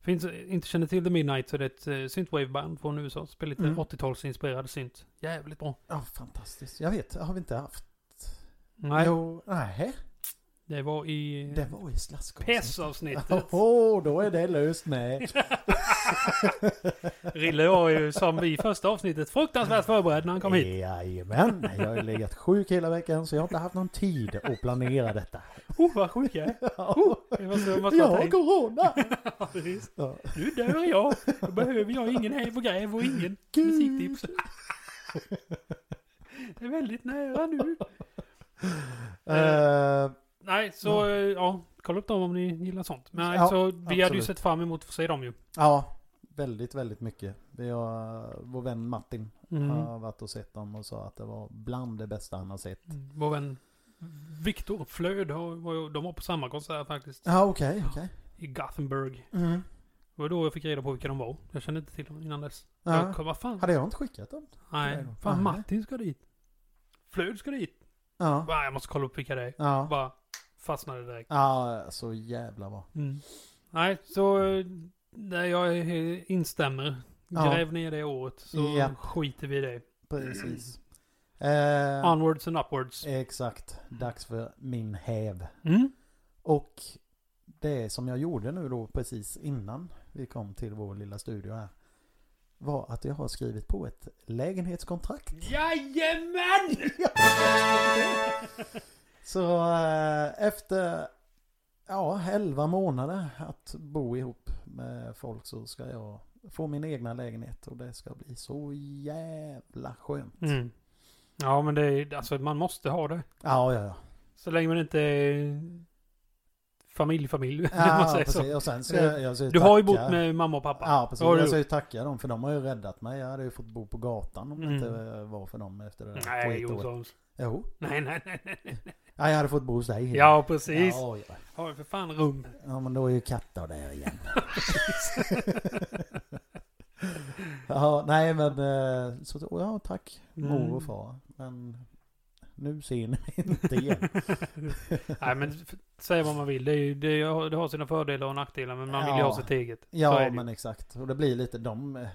S2: finns, inte känner till The Midnight så är det ett eh, synthwave-band från USA. Spelar lite
S1: Mm.
S2: 80-talsinspirerad synt. Jävligt bra.
S1: Ja, fantastiskt. Jag vet, har vi inte haft?
S2: Nej,
S1: Mm. Jo, nej,
S2: det var i
S1: det var i slaskavsnittet. (laughs)
S2: PESS-avsnittet.
S1: Åh, oh, då är det löst med.
S2: (laughs) Rille var ju som i första avsnittet fruktansvärt förberedd när han kom hit.
S1: Jajamän, jag har ju legat sjuk hela veckan så jag har inte haft någon tid att planera
S2: (laughs)
S1: detta.
S2: Oh, vad sjuk jag är.
S1: Ja,
S2: Jag måste, jag måste
S1: jag
S2: bara
S1: har
S2: ta in.
S1: corona!
S2: (laughs) Ja, precis.
S1: Ja.
S2: Nu dör jag. Då behöver jag ingen här på gräv och ingen
S1: Gud.
S2: musiktips. Det är väldigt nära nu.
S1: Eh,
S2: Nej, så ja. ja, kolla upp dem om ni gillar sånt. Men
S1: Ja,
S2: så vi hade ju
S1: absolut.
S2: sett fram emot att få se dem ju.
S1: Ja, väldigt, väldigt mycket. Vi har, vår vän Martin
S2: Mm.
S1: har varit och sett dem och sa att det var bland det bästa han har sett.
S2: Mm, Vår vän Viktor Flöd, har- var ju- de var på samma konsert faktiskt.
S1: Ja, okej, okej.
S2: I Gothenburg. Det var då jag fick reda på vilka de var. Jag kände inte till dem innan dess. Jag
S1: Ja.
S2: kom, vad fan?
S1: Hade jag inte skickat dem?
S2: Nej,
S1: Nej.
S2: fan Martin ska dit. Flöd ska dit.
S1: Ja.
S2: Va, Jag måste kolla upp vilka det är.
S1: Ja,
S2: Bara fastnade direkt.
S1: ja så jävla bra.
S2: Mm. Nej, så eh, nej, jag eh, instämmer.
S1: Ja.
S2: Gräv ner det året så
S1: Ja.
S2: skiter vi i det.
S1: Precis. Eh,
S2: Onwards and upwards.
S1: exakt. Dags för min häv.
S2: Mm.
S1: Och det som jag gjorde nu då precis innan vi kom till vår lilla studio här var att jag har skrivit på ett lägenhetskontrakt.
S2: Jajamän!
S1: (laughs) Så eh, efter ja, 11 månader att bo ihop med folk så ska jag få min egna lägenhet och det ska bli så jävla skönt.
S2: Mm. Ja, men det är, alltså man måste ha det.
S1: Ja,
S2: (laughs)
S1: ja, ja.
S2: Så länge man inte är familj, familj. (laughs) om man
S1: ja
S2: säger så. Eh,
S1: precis. Och sen ska jag, jag ska
S2: Du har ju
S1: tacka-
S2: bott med mamma och pappa.
S1: Ja, precis.
S2: Det har du
S1: Jag ska
S2: gjort.
S1: ju tacka dem för de har ju räddat mig. Jag hade ju fått bo på gatan om det
S2: Mm.
S1: inte var för dem efter det där
S2: Nej,
S1: skitåret.
S2: Jonsson.
S1: Jo.
S2: Nej, nej, nej. nej.
S1: Ja, jag hade fått bo hos dig.
S2: Ja, precis.
S1: Ja, ja.
S2: Har ju för fan rum.
S1: Ja men då är ju katter där
S2: (laughs)
S1: igen. ja, nej men eh, så, åh, ja, tack
S2: Mm.
S1: mor och far. Men nu ser ni mig inte
S2: (laughs)
S1: igen.
S2: Mm. Nej, men f- säga vad man vill. Det, är ju, det, har- det har sina fördelar och nackdelar, men man vill ju
S1: Ja.
S2: ha sitt eget. så är
S1: Ja
S2: det ju.
S1: men exakt. Och det blir lite de, eh,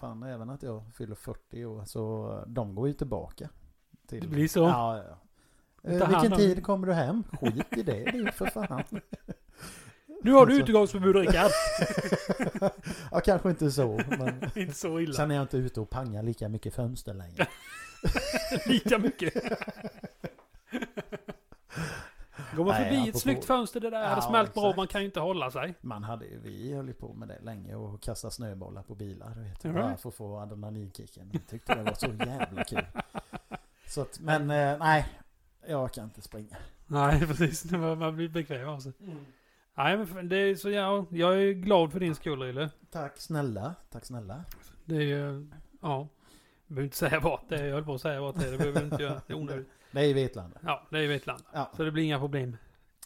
S1: fan även att jag fyller 40 år så eh, de går ju tillbaka. Till,
S2: Det blir så.
S1: Ja, ja, ja.
S2: Ta
S1: Eh,
S2: hand
S1: vilken
S2: om-
S1: tid kommer du hem? Skit i det du för fan.
S2: (laughs) Nu har du
S1: Alltså-
S2: utegångsförbud Rickard. (laughs)
S1: ja kanske inte så. Men
S2: Inte så illa.
S1: sen är jag inte ute och pangar lika mycket fönster längre.
S2: Lika mycket. Går man
S1: Nej,
S2: förbi
S1: apropå-
S2: ett snyggt fönster det där
S1: Ja,
S2: hade smält bra,
S1: exakt.
S2: man kan ju inte hålla sig.
S1: Man hade ju, vi höll ju på med det länge och kasta snöbollar på bilar. Vet du,
S2: All right.
S1: Bara för att få adrenalinkicken. Vi tyckte det var så jävla kul. Så att, men eh, nej, jag kan inte springa.
S2: Nej, (laughs) precis. Man man blir bekväm av sig. Mm. Nej, men fan, det är så ja, jag är glad för din skull, Rille.
S1: Tack snälla, tack snälla.
S2: Det är ju, ja. Jag behöver inte säga vart det är. Jag höll på att säga vart det är. Det behöver vi inte göra. (laughs) Det är onödigt.
S1: Det är i Vetlanda.
S2: Ja, det är ju ett land.
S1: Ja,
S2: Så det blir inga problem.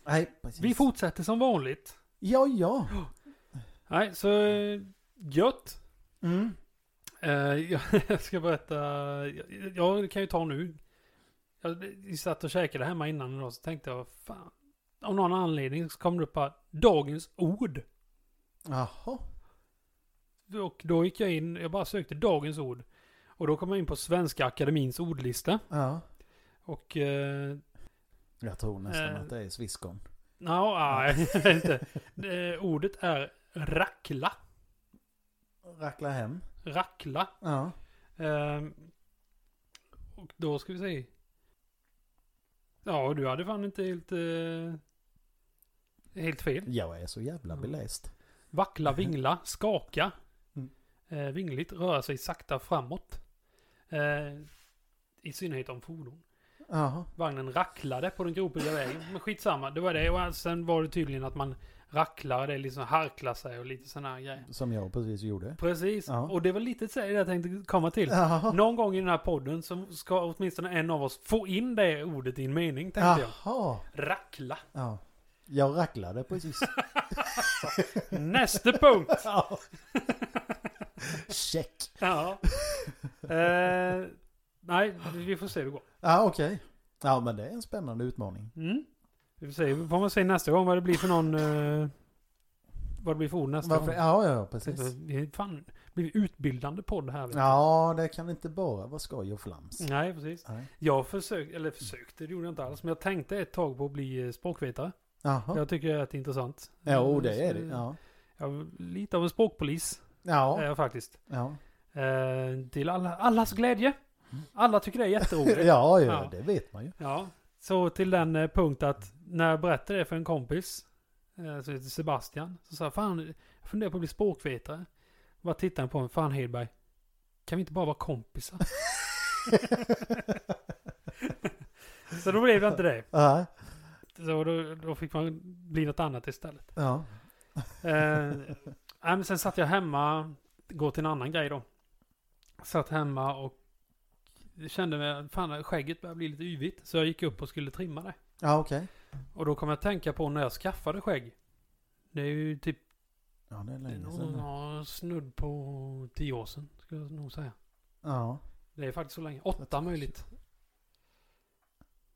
S1: nej precis.
S2: Vi fortsätter som vanligt.
S1: Ja, ja.
S2: Nej, så eh, gött.
S1: Mm.
S2: (laughs) Eh, jag, jag ska berätta. Jag, jag kan ju ta nu. Jag satt och käkade hemma innan idag så tänkte jag, fan. Av någon anledning så kom det upp bara, dagens ord.
S1: Jaha.
S2: Och då gick jag in, jag bara sökte dagens ord. Och då kom jag in på Svenska Akademins ordlista.
S1: Ja.
S2: Och... Eh,
S1: Jag tror nästan
S2: Eh.
S1: att det är sviskon.
S2: no, nej, (laughs) inte. Eh, ordet är rackla.
S1: Rackla hem.
S2: Rackla.
S1: Ja.
S2: Ehm, och då ska vi se. Ja, du hade fan inte helt... Eh, helt fel.
S1: Jag är så jävla beläst.
S2: Vackla, vingla, skaka.
S1: Mm.
S2: Eh, vingligt, röra sig sakta framåt. Eh, I synnerhet om fordon.
S1: Jaha.
S2: Vagnen racklade på den gropiga vägen. Men skitsamma, det var det. Och alltså, sen var det tydligen att man racklar, det är liksom harklar sig och lite sådana här grejer.
S1: Som jag precis gjorde.
S2: Precis,
S1: Ja.
S2: och det var lite så här jag tänkte komma till.
S1: Jaha.
S2: Någon gång i den här podden så ska åtminstone en av oss få in det ordet i en mening, tänkte
S1: Jaha.
S2: jag. Rackla.
S1: Ja. Jag racklade (laughs) precis.
S2: Nästa punkt!
S1: (laughs) Ja. Check.
S2: Ja. Eh, nej, vi får se hur det går.
S1: Ja, okej. Ja, men det är en spännande utmaning.
S2: Mm. Vi får se, vi får man se nästa gång vad det blir för någon... Eh, vad det blir för ord nästa
S1: Varför?
S2: gång.
S1: Ja, ja, ja, precis.
S2: Det är fan, det blir utbildande podd här. vet du.
S1: Ja, det kan inte bara vara skoj och flams.
S2: Nej, precis.
S1: Nej.
S2: Jag försökte, eller försökte, det gjorde jag inte alls. Men jag tänkte ett tag på att bli eh, språkvetare.
S1: Jaha.
S2: Jag tycker det är rätt intressant.
S1: Jo, det är
S2: Så,
S1: det. Ja.
S2: Jag är lite av en språkpolis. är
S1: Ja.
S2: jag faktiskt.
S1: Ja.
S2: Eh, till alla, allas glädje. Alla tycker det är jätteroligt. ja.
S1: (laughs) Ja, ja, det vet man ju. (laughs)
S2: Så till den eh, punkt att när jag berättade det för en kompis, eh, som heter Sebastian, så sa jag fan, jag funderar på att bli språkvetare. Bara tittade han på mig, fan Hedberg, kan vi inte bara vara kompisar? (laughs) så då blev jag inte det.
S1: Ja.
S2: Så då, då fick man bli något annat istället.
S1: Ja.
S2: Eh, nej, men sen satt jag hemma, går till en annan grej då. Satt hemma och kände mig, fan skägget började bli lite yvigt. Så jag gick upp och skulle trimma det.
S1: Ja, okej.
S2: Och då kom jag att tänka på när jag skaffade skägg. Det är ju typ
S1: Ja, det är länge sedan. nu.
S2: ja, snudd på tio år sedan, skulle jag nog säga.
S1: Ja.
S2: Det är faktiskt så länge. Åtta
S1: tror-
S2: möjligt.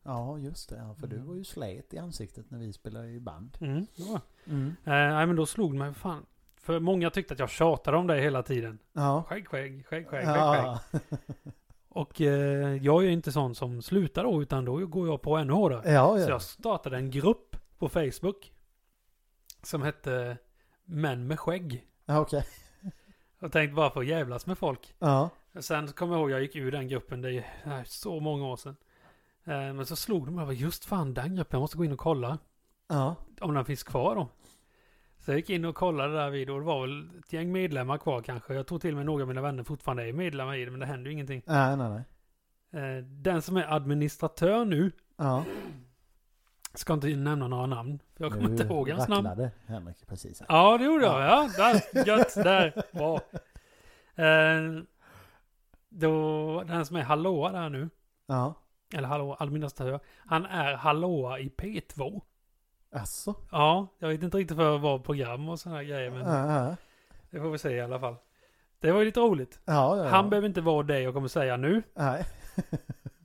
S1: Ja, just det. Ja, för du var ju slät i ansiktet när vi spelade i band.
S2: Mm, det var.
S1: Mm.
S2: Eh, nej, men då slog det mig, fan. För många tyckte att jag tjatade om det hela tiden.
S1: Ja.
S2: Skägg, skägg, skägg, skägg, skägg, skägg.
S1: Ja.
S2: Och eh, jag är ju inte sån som slutar då, utan då går jag på ännu hårdare.
S1: Ja,
S2: Så
S1: ja.
S2: jag startade en grupp på Facebook som hette Män med skägg.
S1: Ja, okej.
S2: Jag tänkte bara få jävlas med folk.
S1: Ja.
S2: Sen kommer jag ihåg jag gick ur den gruppen, det är nej, så många år sedan. Eh, Men så slog de mig, jag bara, just fan den gruppen, jag måste gå in och kolla
S1: Ja.
S2: om den finns kvar då. Så jag gick in och kollade där vid och det var väl ett gäng medlemmar kvar kanske. Jag tror till och med några av mina vänner fortfarande är medlemmar i det, men det händer ju ingenting.
S1: Nej, nej, nej.
S2: Eh, Den som är administratör nu
S1: Ja.
S2: Ska inte nämna några namn. för Jag kommer inte
S1: Nu
S2: ihåg hans namn.
S1: racklade Henrik precis. här.
S2: Ja, det gjorde jag. Ja, där. Gött. Där. Bra. Eh, då, den som är hallåa där nu.
S1: Ja.
S2: Eller hallå, administratör. Han är hallåa i P2.
S1: Alltså.
S2: Ja, jag vet inte riktigt för vad program och sådana grejer. Men
S1: Ja, ja.
S2: det får vi se i alla fall. Det var ju lite roligt.
S1: Ja, ja, ja.
S2: Han behöver inte vara det jag kommer säga nu.
S1: Nej.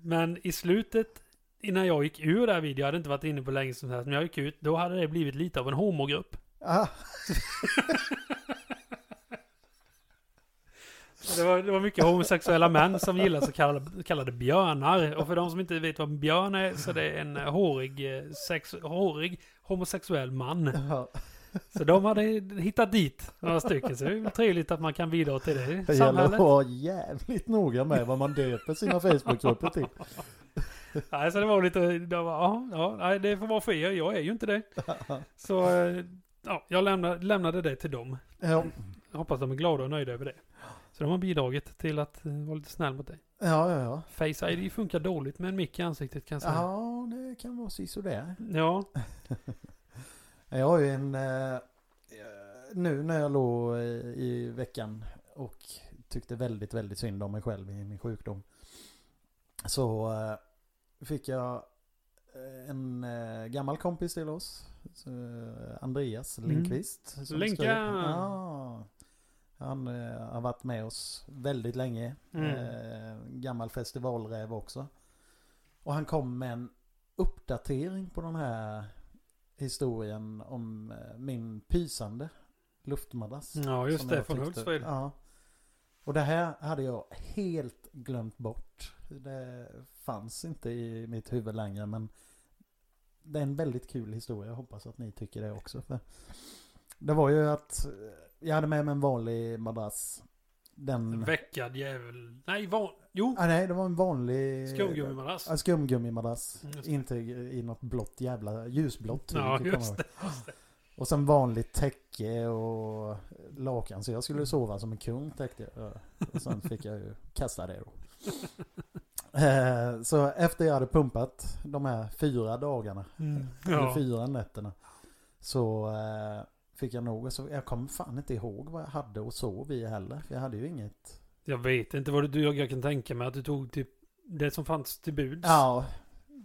S2: Men i slutet, innan jag gick ur där videon, jag hade inte varit inne på länge som helst, men jag gick ut, då hade det blivit lite av en homogrupp.
S1: Ah,
S2: Det var, det var mycket homosexuella män som gillar så kallade, så kallade björnar. Och för de som inte vet vad en björn är så det är en hårig, eh, sex, hårig homosexuell man.
S1: ja.
S2: Så de hade hittat dit några stycken. Så det är väl trevligt att man kan bidra till det
S1: Det
S2: i
S1: gäller att
S2: samhället.
S1: vara jävligt noga med vad man döper sina Facebookgrupper till.
S2: Nej, så det var lite, det var, ja, ja, nej, det får vara för er. Jag är ju inte det. Så eh, ja, jag lämnade, lämnade det till dem.
S1: Ja,
S2: Jag hoppas de är glada och nöjda över det. Så de har bidragit till att eh, vara lite snäll mot dig.
S1: ja, ja. ja.
S2: Face ID funkar dåligt med en mick i ansiktet kan jag säga.
S1: Ja, det kan vara sisådär.
S2: Ja,
S1: Jag har ju en... eh, Nu när jag låg i i veckan och tyckte väldigt, väldigt synd om mig själv i min sjukdom. Så eh, fick jag eh, en eh, gammal kompis till oss. så, eh, Andreas
S2: Mm.
S1: Lindqvist. som
S2: Linkan!
S1: skrev- Ja. Han eh, har varit med oss väldigt länge.
S2: Mm.
S1: Eh, gammal festivalräv också. Och han kom med en uppdatering på den här historien om eh, min pysande luftmadrass.
S2: Mm. Ja, just
S1: som
S2: det.
S1: jag
S2: Från
S1: tyckte-
S2: Hultsfred.
S1: Ja. Och det här hade jag helt glömt bort. Det fanns inte i mitt huvud längre men det är en väldigt kul historia. Jag hoppas att ni tycker det också. För det var ju att eh, jag hade med mig en vanlig madrass. Den...
S2: Veckad jävel. Nej, van... Jo,
S1: Ah, nej, det var en vanlig...
S2: skumgummimadrass.
S1: Ja, Alltså, skumgummimadrass.
S2: Mm, Just det.
S1: Inte i något blått jävla ljusblått. tyg,
S2: Ja,
S1: du kommer
S2: just
S1: ihåg. Och sen vanligt täcke och lakan. Så jag
S2: Mm.
S1: skulle sova som en kung täckte jag. Och
S2: (laughs)
S1: sen fick jag ju kasta det då. Eh, Så efter jag hade pumpat de här fyra dagarna,
S2: Mm.
S1: eller
S2: Ja.
S1: fyra nätterna, så eh, fick jag nog, så jag kommer fan inte ihåg vad jag hade och sov i heller. För jag hade ju inget.
S2: Jag vet inte vad du... Jag kan tänka mig att du tog typ det som fanns till buds.
S1: Ja,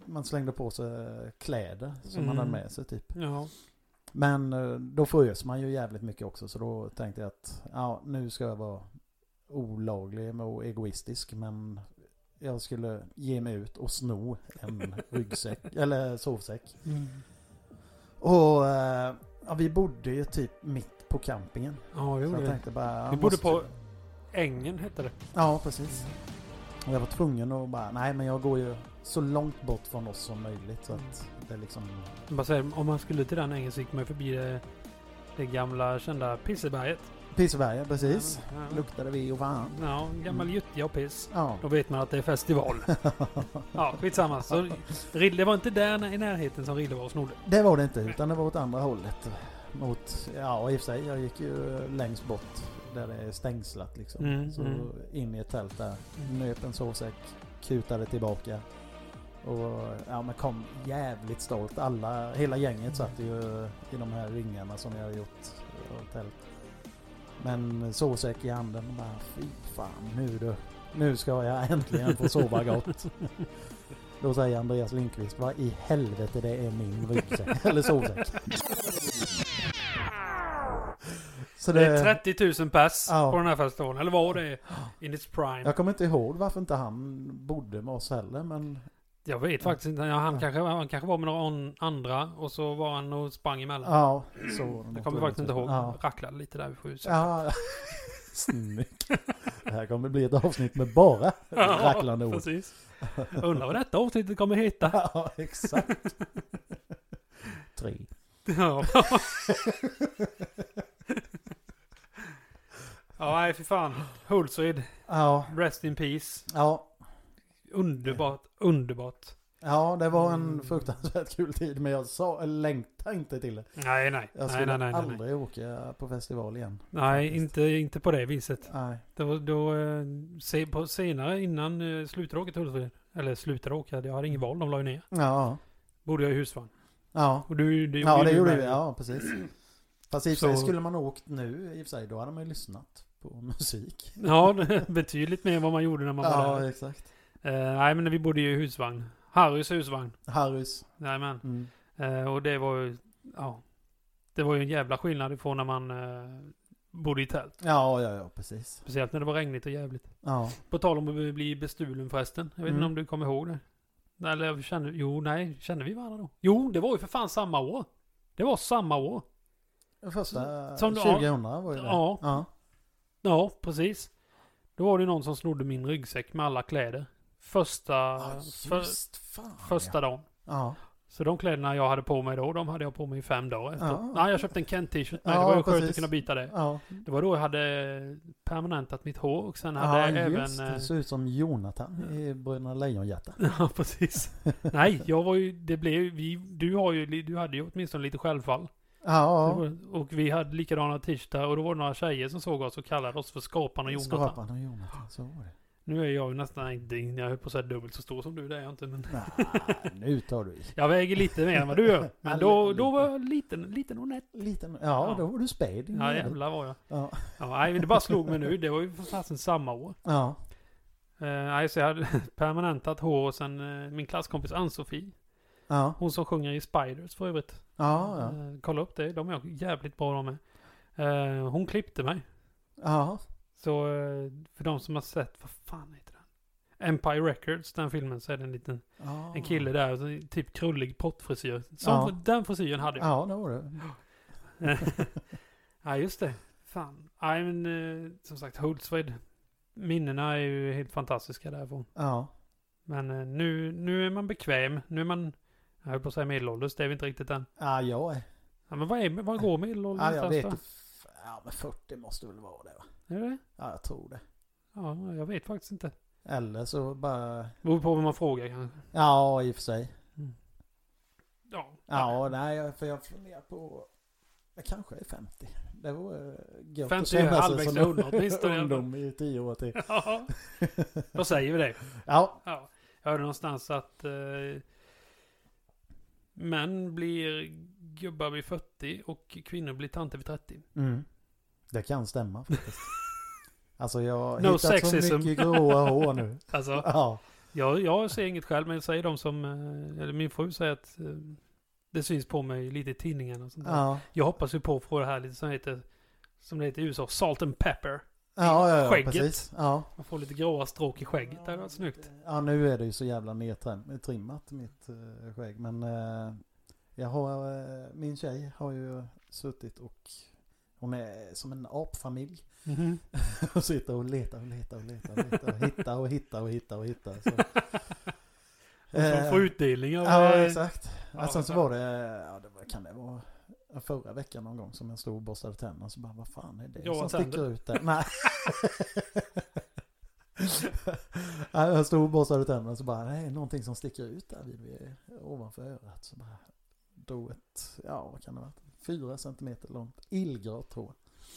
S1: man slängde på sig kläder som man hade
S2: Mm.
S1: med sig typ.
S2: Ja.
S1: Men eh, då frös man ju jävligt mycket också så då tänkte jag att ja, nu ska jag vara olaglig och egoistisk men jag skulle ge mig ut och sno
S2: (laughs)
S1: en ryggsäck eller sovsäck. Och eh, ja, vi bodde ju typ mitt på campingen.
S2: Ja,
S1: Så jag
S2: jag gjorde det.
S1: tänkte bara... jag
S2: Vi bodde
S1: måste-
S2: på Ängen hette det.
S1: Ja, precis. Och jag var tvungen att bara, nej men jag går ju så långt bort från oss som möjligt så att det är liksom...
S2: Jag Bara säger, om man skulle till den ängen så gick man förbi det, det gamla kända pisseberget.
S1: Pisseberga, precis.
S2: Ja, ja.
S1: Luktade vi och fan.
S2: Ja, gammal
S1: Mm.
S2: gyttja och piss.
S1: Ja.
S2: Då vet man att det
S1: (laughs)
S2: är festival. Ja, skitsamma. Så Rille var inte där när- i närheten som Rille var och snodde.
S1: Det var det inte, utan det var åt andra hållet. Mot, ja i och för sig, jag gick ju längst bort där det är stängslat liksom.
S2: Mm,
S1: så
S2: mm.
S1: in i ett tält där, nöp en sovsäck, kutade tillbaka. Och ja men kom jävligt stolt. Alla, hela gänget satt ju i de här ringarna som jag har gjort av tält. Men sovsäck i handen och bara fy fan nu du. Nu ska jag äntligen få sova gott. Då säger Andreas Lindqvist, vad i helvete det är min ryggsäck, (laughs) eller sovsäck. Så
S2: Det
S1: det,
S2: är 30 000 pass
S1: Ja.
S2: på den här festivalen. Eller
S1: (gasps)
S2: var det in its prime.
S1: jag kommer inte ihåg varför inte han bodde med oss heller, men
S2: Jag vet faktiskt inte. Ja, Han,
S1: Ja.
S2: kanske, han kanske var med några an- andra och så var han och sprang emellan.
S1: ja. Så var det
S2: Jag
S1: något
S2: kommer faktiskt inte
S1: olyckligt.
S2: ihåg.
S1: Ja.
S2: Racklade lite där vid sju.
S1: ja. (laughs) Snyggt. Det här kommer bli ett avsnitt med
S2: (laughs)
S1: bara racklande ord.
S2: precis. Undrar vad detta avsnittet kommer heta.
S1: Ja,
S2: (laughs)
S1: exakt. Tre.
S2: Ja. ja, nej för fan. Hultsfred,
S1: Ja,
S2: rest in peace.
S1: ja,
S2: Underbart, underbart.
S1: Ja, det var en
S2: Mm.
S1: fruktansvärt kul tid men jag sa, längtade inte till det.
S2: Nej, nej.
S1: Jag
S2: Nej,
S1: skulle
S2: nej, nej, nej, nej.
S1: aldrig åka på festival igen.
S2: nej
S1: faktiskt.
S2: inte, inte på det viset.
S1: Nej.
S2: Då, då, eh, se, på, senare innan eh, slutade åka till Hultsfred. Eller slutade åka, jag hade ingen val, de la ju ner.
S1: Ja,
S2: Bodde jag i husvagn.
S1: ja.
S2: Och du, det
S1: Ja,
S2: ju
S1: det
S2: du
S1: gjorde
S2: med.
S1: vi. Ja, precis. Fast i och för sig
S2: Så-
S1: skulle man ha åkt nu, i och för sig, då hade man ju lyssnat på (laughs) musik.
S2: Ja, (laughs) betydligt mer än vad man gjorde när man var
S1: Ja,
S2: där.
S1: exakt.
S2: Eh, nej, men vi bodde ju i husvagn. Harrys husvagn.
S1: Harrys.
S2: Nej, men.
S1: Mm.
S2: Eh, och det var ju, ja. Det var ju en jävla skillnad ifrån när man eh, bodde i tält.
S1: Ja, ja, ja, precis.
S2: Speciellt när det var regnigt och jävligt.
S1: Ja,
S2: På tal om att bli bestulen förresten. Jag vet inte
S1: Mm.
S2: om du kommer ihåg det? Nej, Eller jag kände, jo, nej, kände vi varandra då? Jo, det var ju för fan samma år. Det var samma år.
S1: Den första
S2: Som-
S1: 2000 var ju det.
S2: Ja.
S1: ja.
S2: Ja, precis. Då var det någon som snodde min ryggsäck med alla kläder. Första,
S1: Ja,
S2: för,
S1: just fan
S2: första dagen.
S1: Ja,
S2: Så de kläderna jag hade på mig då, de hade jag på mig i fem dagar efter.
S1: Ja.
S2: Nej, jag köpte en Kent-t-shirt. Nej,
S1: Ja,
S2: det var ju skönt
S1: precis.
S2: att kunna byta det.
S1: ja.
S2: Det var då jag hade permanentat mitt hår och sen hade
S1: ja
S2: jag även...
S1: just det.
S2: eh,
S1: Det såg ut som Jonathan i Bröderna Lejonhjärta.
S2: (laughs) Ja, precis. Nej, jag var ju... Det blev ju... Vi, du, har ju li- du hade ju åtminstone lite självfall.
S1: Ja,
S2: Det var- Och vi hade likadana t-shirtar och då var det några tjejer som såg oss och kallade oss för Skapan och Jonatan.
S1: Skrapan och Jonathan, så var det.
S2: Nu är jag ju nästan... inte- Jag höll på att säga dubbelt så stor som du, det är jag inte. Men
S1: Nej, nu tar du i.
S2: jag väger lite mer än vad
S1: (laughs)
S2: du gör. Men då, då var jag liten, liten och nätt.
S1: Liten, ja,
S2: Ja.
S1: då var du späd. din
S2: Ja,
S1: jävel.
S2: jävlar var jag.
S1: Mm. Ja.
S2: Ja, nej, men det bara slog mig nu. Det var ju för fasen samma år.
S1: ja.
S2: Eh, nej, så jag hade (laughs) permanentat hår och sen eh, min klasskompis Ann-Sofie.
S1: Ja,
S2: Hon som sjunger i Spiders för övrigt.
S1: ja, ja.
S2: Eh, kolla upp det. De är jävligt bra de med. Eh, hon klippte mig.
S1: ja.
S2: Så eh, för de som har sett, vad fan heter den? Empire Records, den filmen, så är det en liten
S1: Ja.
S2: en kille där, så typ krullig pottfrisyr. Som
S1: Ah. Ja.
S2: fr- den frisyren hade jag.
S1: Ja, det var det.
S2: (laughs) Ja, just det. Fan. Nej, men eh, som sagt, Hultsfred. Minnena är ju helt fantastiska därifrån.
S1: Ja.
S2: Men eh, nu, nu är man bekväm. Nu är man, jag höll på att säga medelålders, det är vi inte riktigt än.
S1: Ja, jag är...
S2: Ja, men vad, är, vad går medelåldern
S1: Ja, jag vet
S2: någonstans
S1: f- Ja, men 40 måste väl vara det va?
S2: då? Är det det?
S1: Ja, jag tror det.
S2: Ja, jag vet faktiskt inte.
S1: Eller så bara...
S2: Beror på vad man frågar kanske.
S1: Ja, i och för sig.
S2: Ja.
S1: Ja, nej, jag- för jag funderar på... Det kanske är 50. Det vore gött
S2: 50
S1: att
S2: är
S1: känna sig
S2: halvvägs
S1: som
S2: till ungdom, åtminstone.
S1: (laughs) ungdom i tio år till.
S2: (laughs)
S1: (laughs)
S2: ja. Då säger vi det.
S1: Ja,
S2: Ja, jag hörde någonstans att eh, män blir gubbar vid 40 och kvinnor blir tanter vid 30.
S1: mm. det kan stämma
S2: (laughs)
S1: faktiskt. Alltså jag har
S2: No
S1: hittat
S2: sexism.
S1: så mycket gråa hår
S2: (laughs)
S1: nu.
S2: Alltså,
S1: Ja,
S2: jag, jag ser inget själv, men jag säger de som, eh, eller min fru säger att eh, det syns på mig lite i tidningarna och sånt där.
S1: ja,
S2: Jag hoppas ju på att få det här lite som heter, som det heter i USA, salt and pepper.
S1: ja, ja, ja
S2: Skägget.
S1: precis. Ja.
S2: Man får lite gråa stråk i skägget, det hade varit snyggt.
S1: Ja, nu är det ju så jävla nedtrimmat mitt eh, skägg. Men eh, jag har, eh, min tjej har ju suttit och hon är som en apfamilj. (laughs)
S2: Mhm.
S1: Och sitter och letar och letar och letar och letar. Och hittar och hittar och hittar och hittar.
S2: (laughs)
S1: Så.
S2: Och så får utdelning av...
S1: Ja,
S2: eh,
S1: exakt.
S2: ja,
S1: Ja, sen så
S2: ja.
S1: var det, ja, det var, kan det vara förra veckan någon gång som jag stod och borstade tänderna så bara vad fan är det som
S2: Gråa tänder.
S1: sticker ut där? Nej. (laughs) Ja, jag stod och borstade tänderna så bara nej, någonting som sticker ut där vid, vid, ovanför örat. Så bara drog ett, ja vad kan det vara, fyra centimeter långt illgrått hår.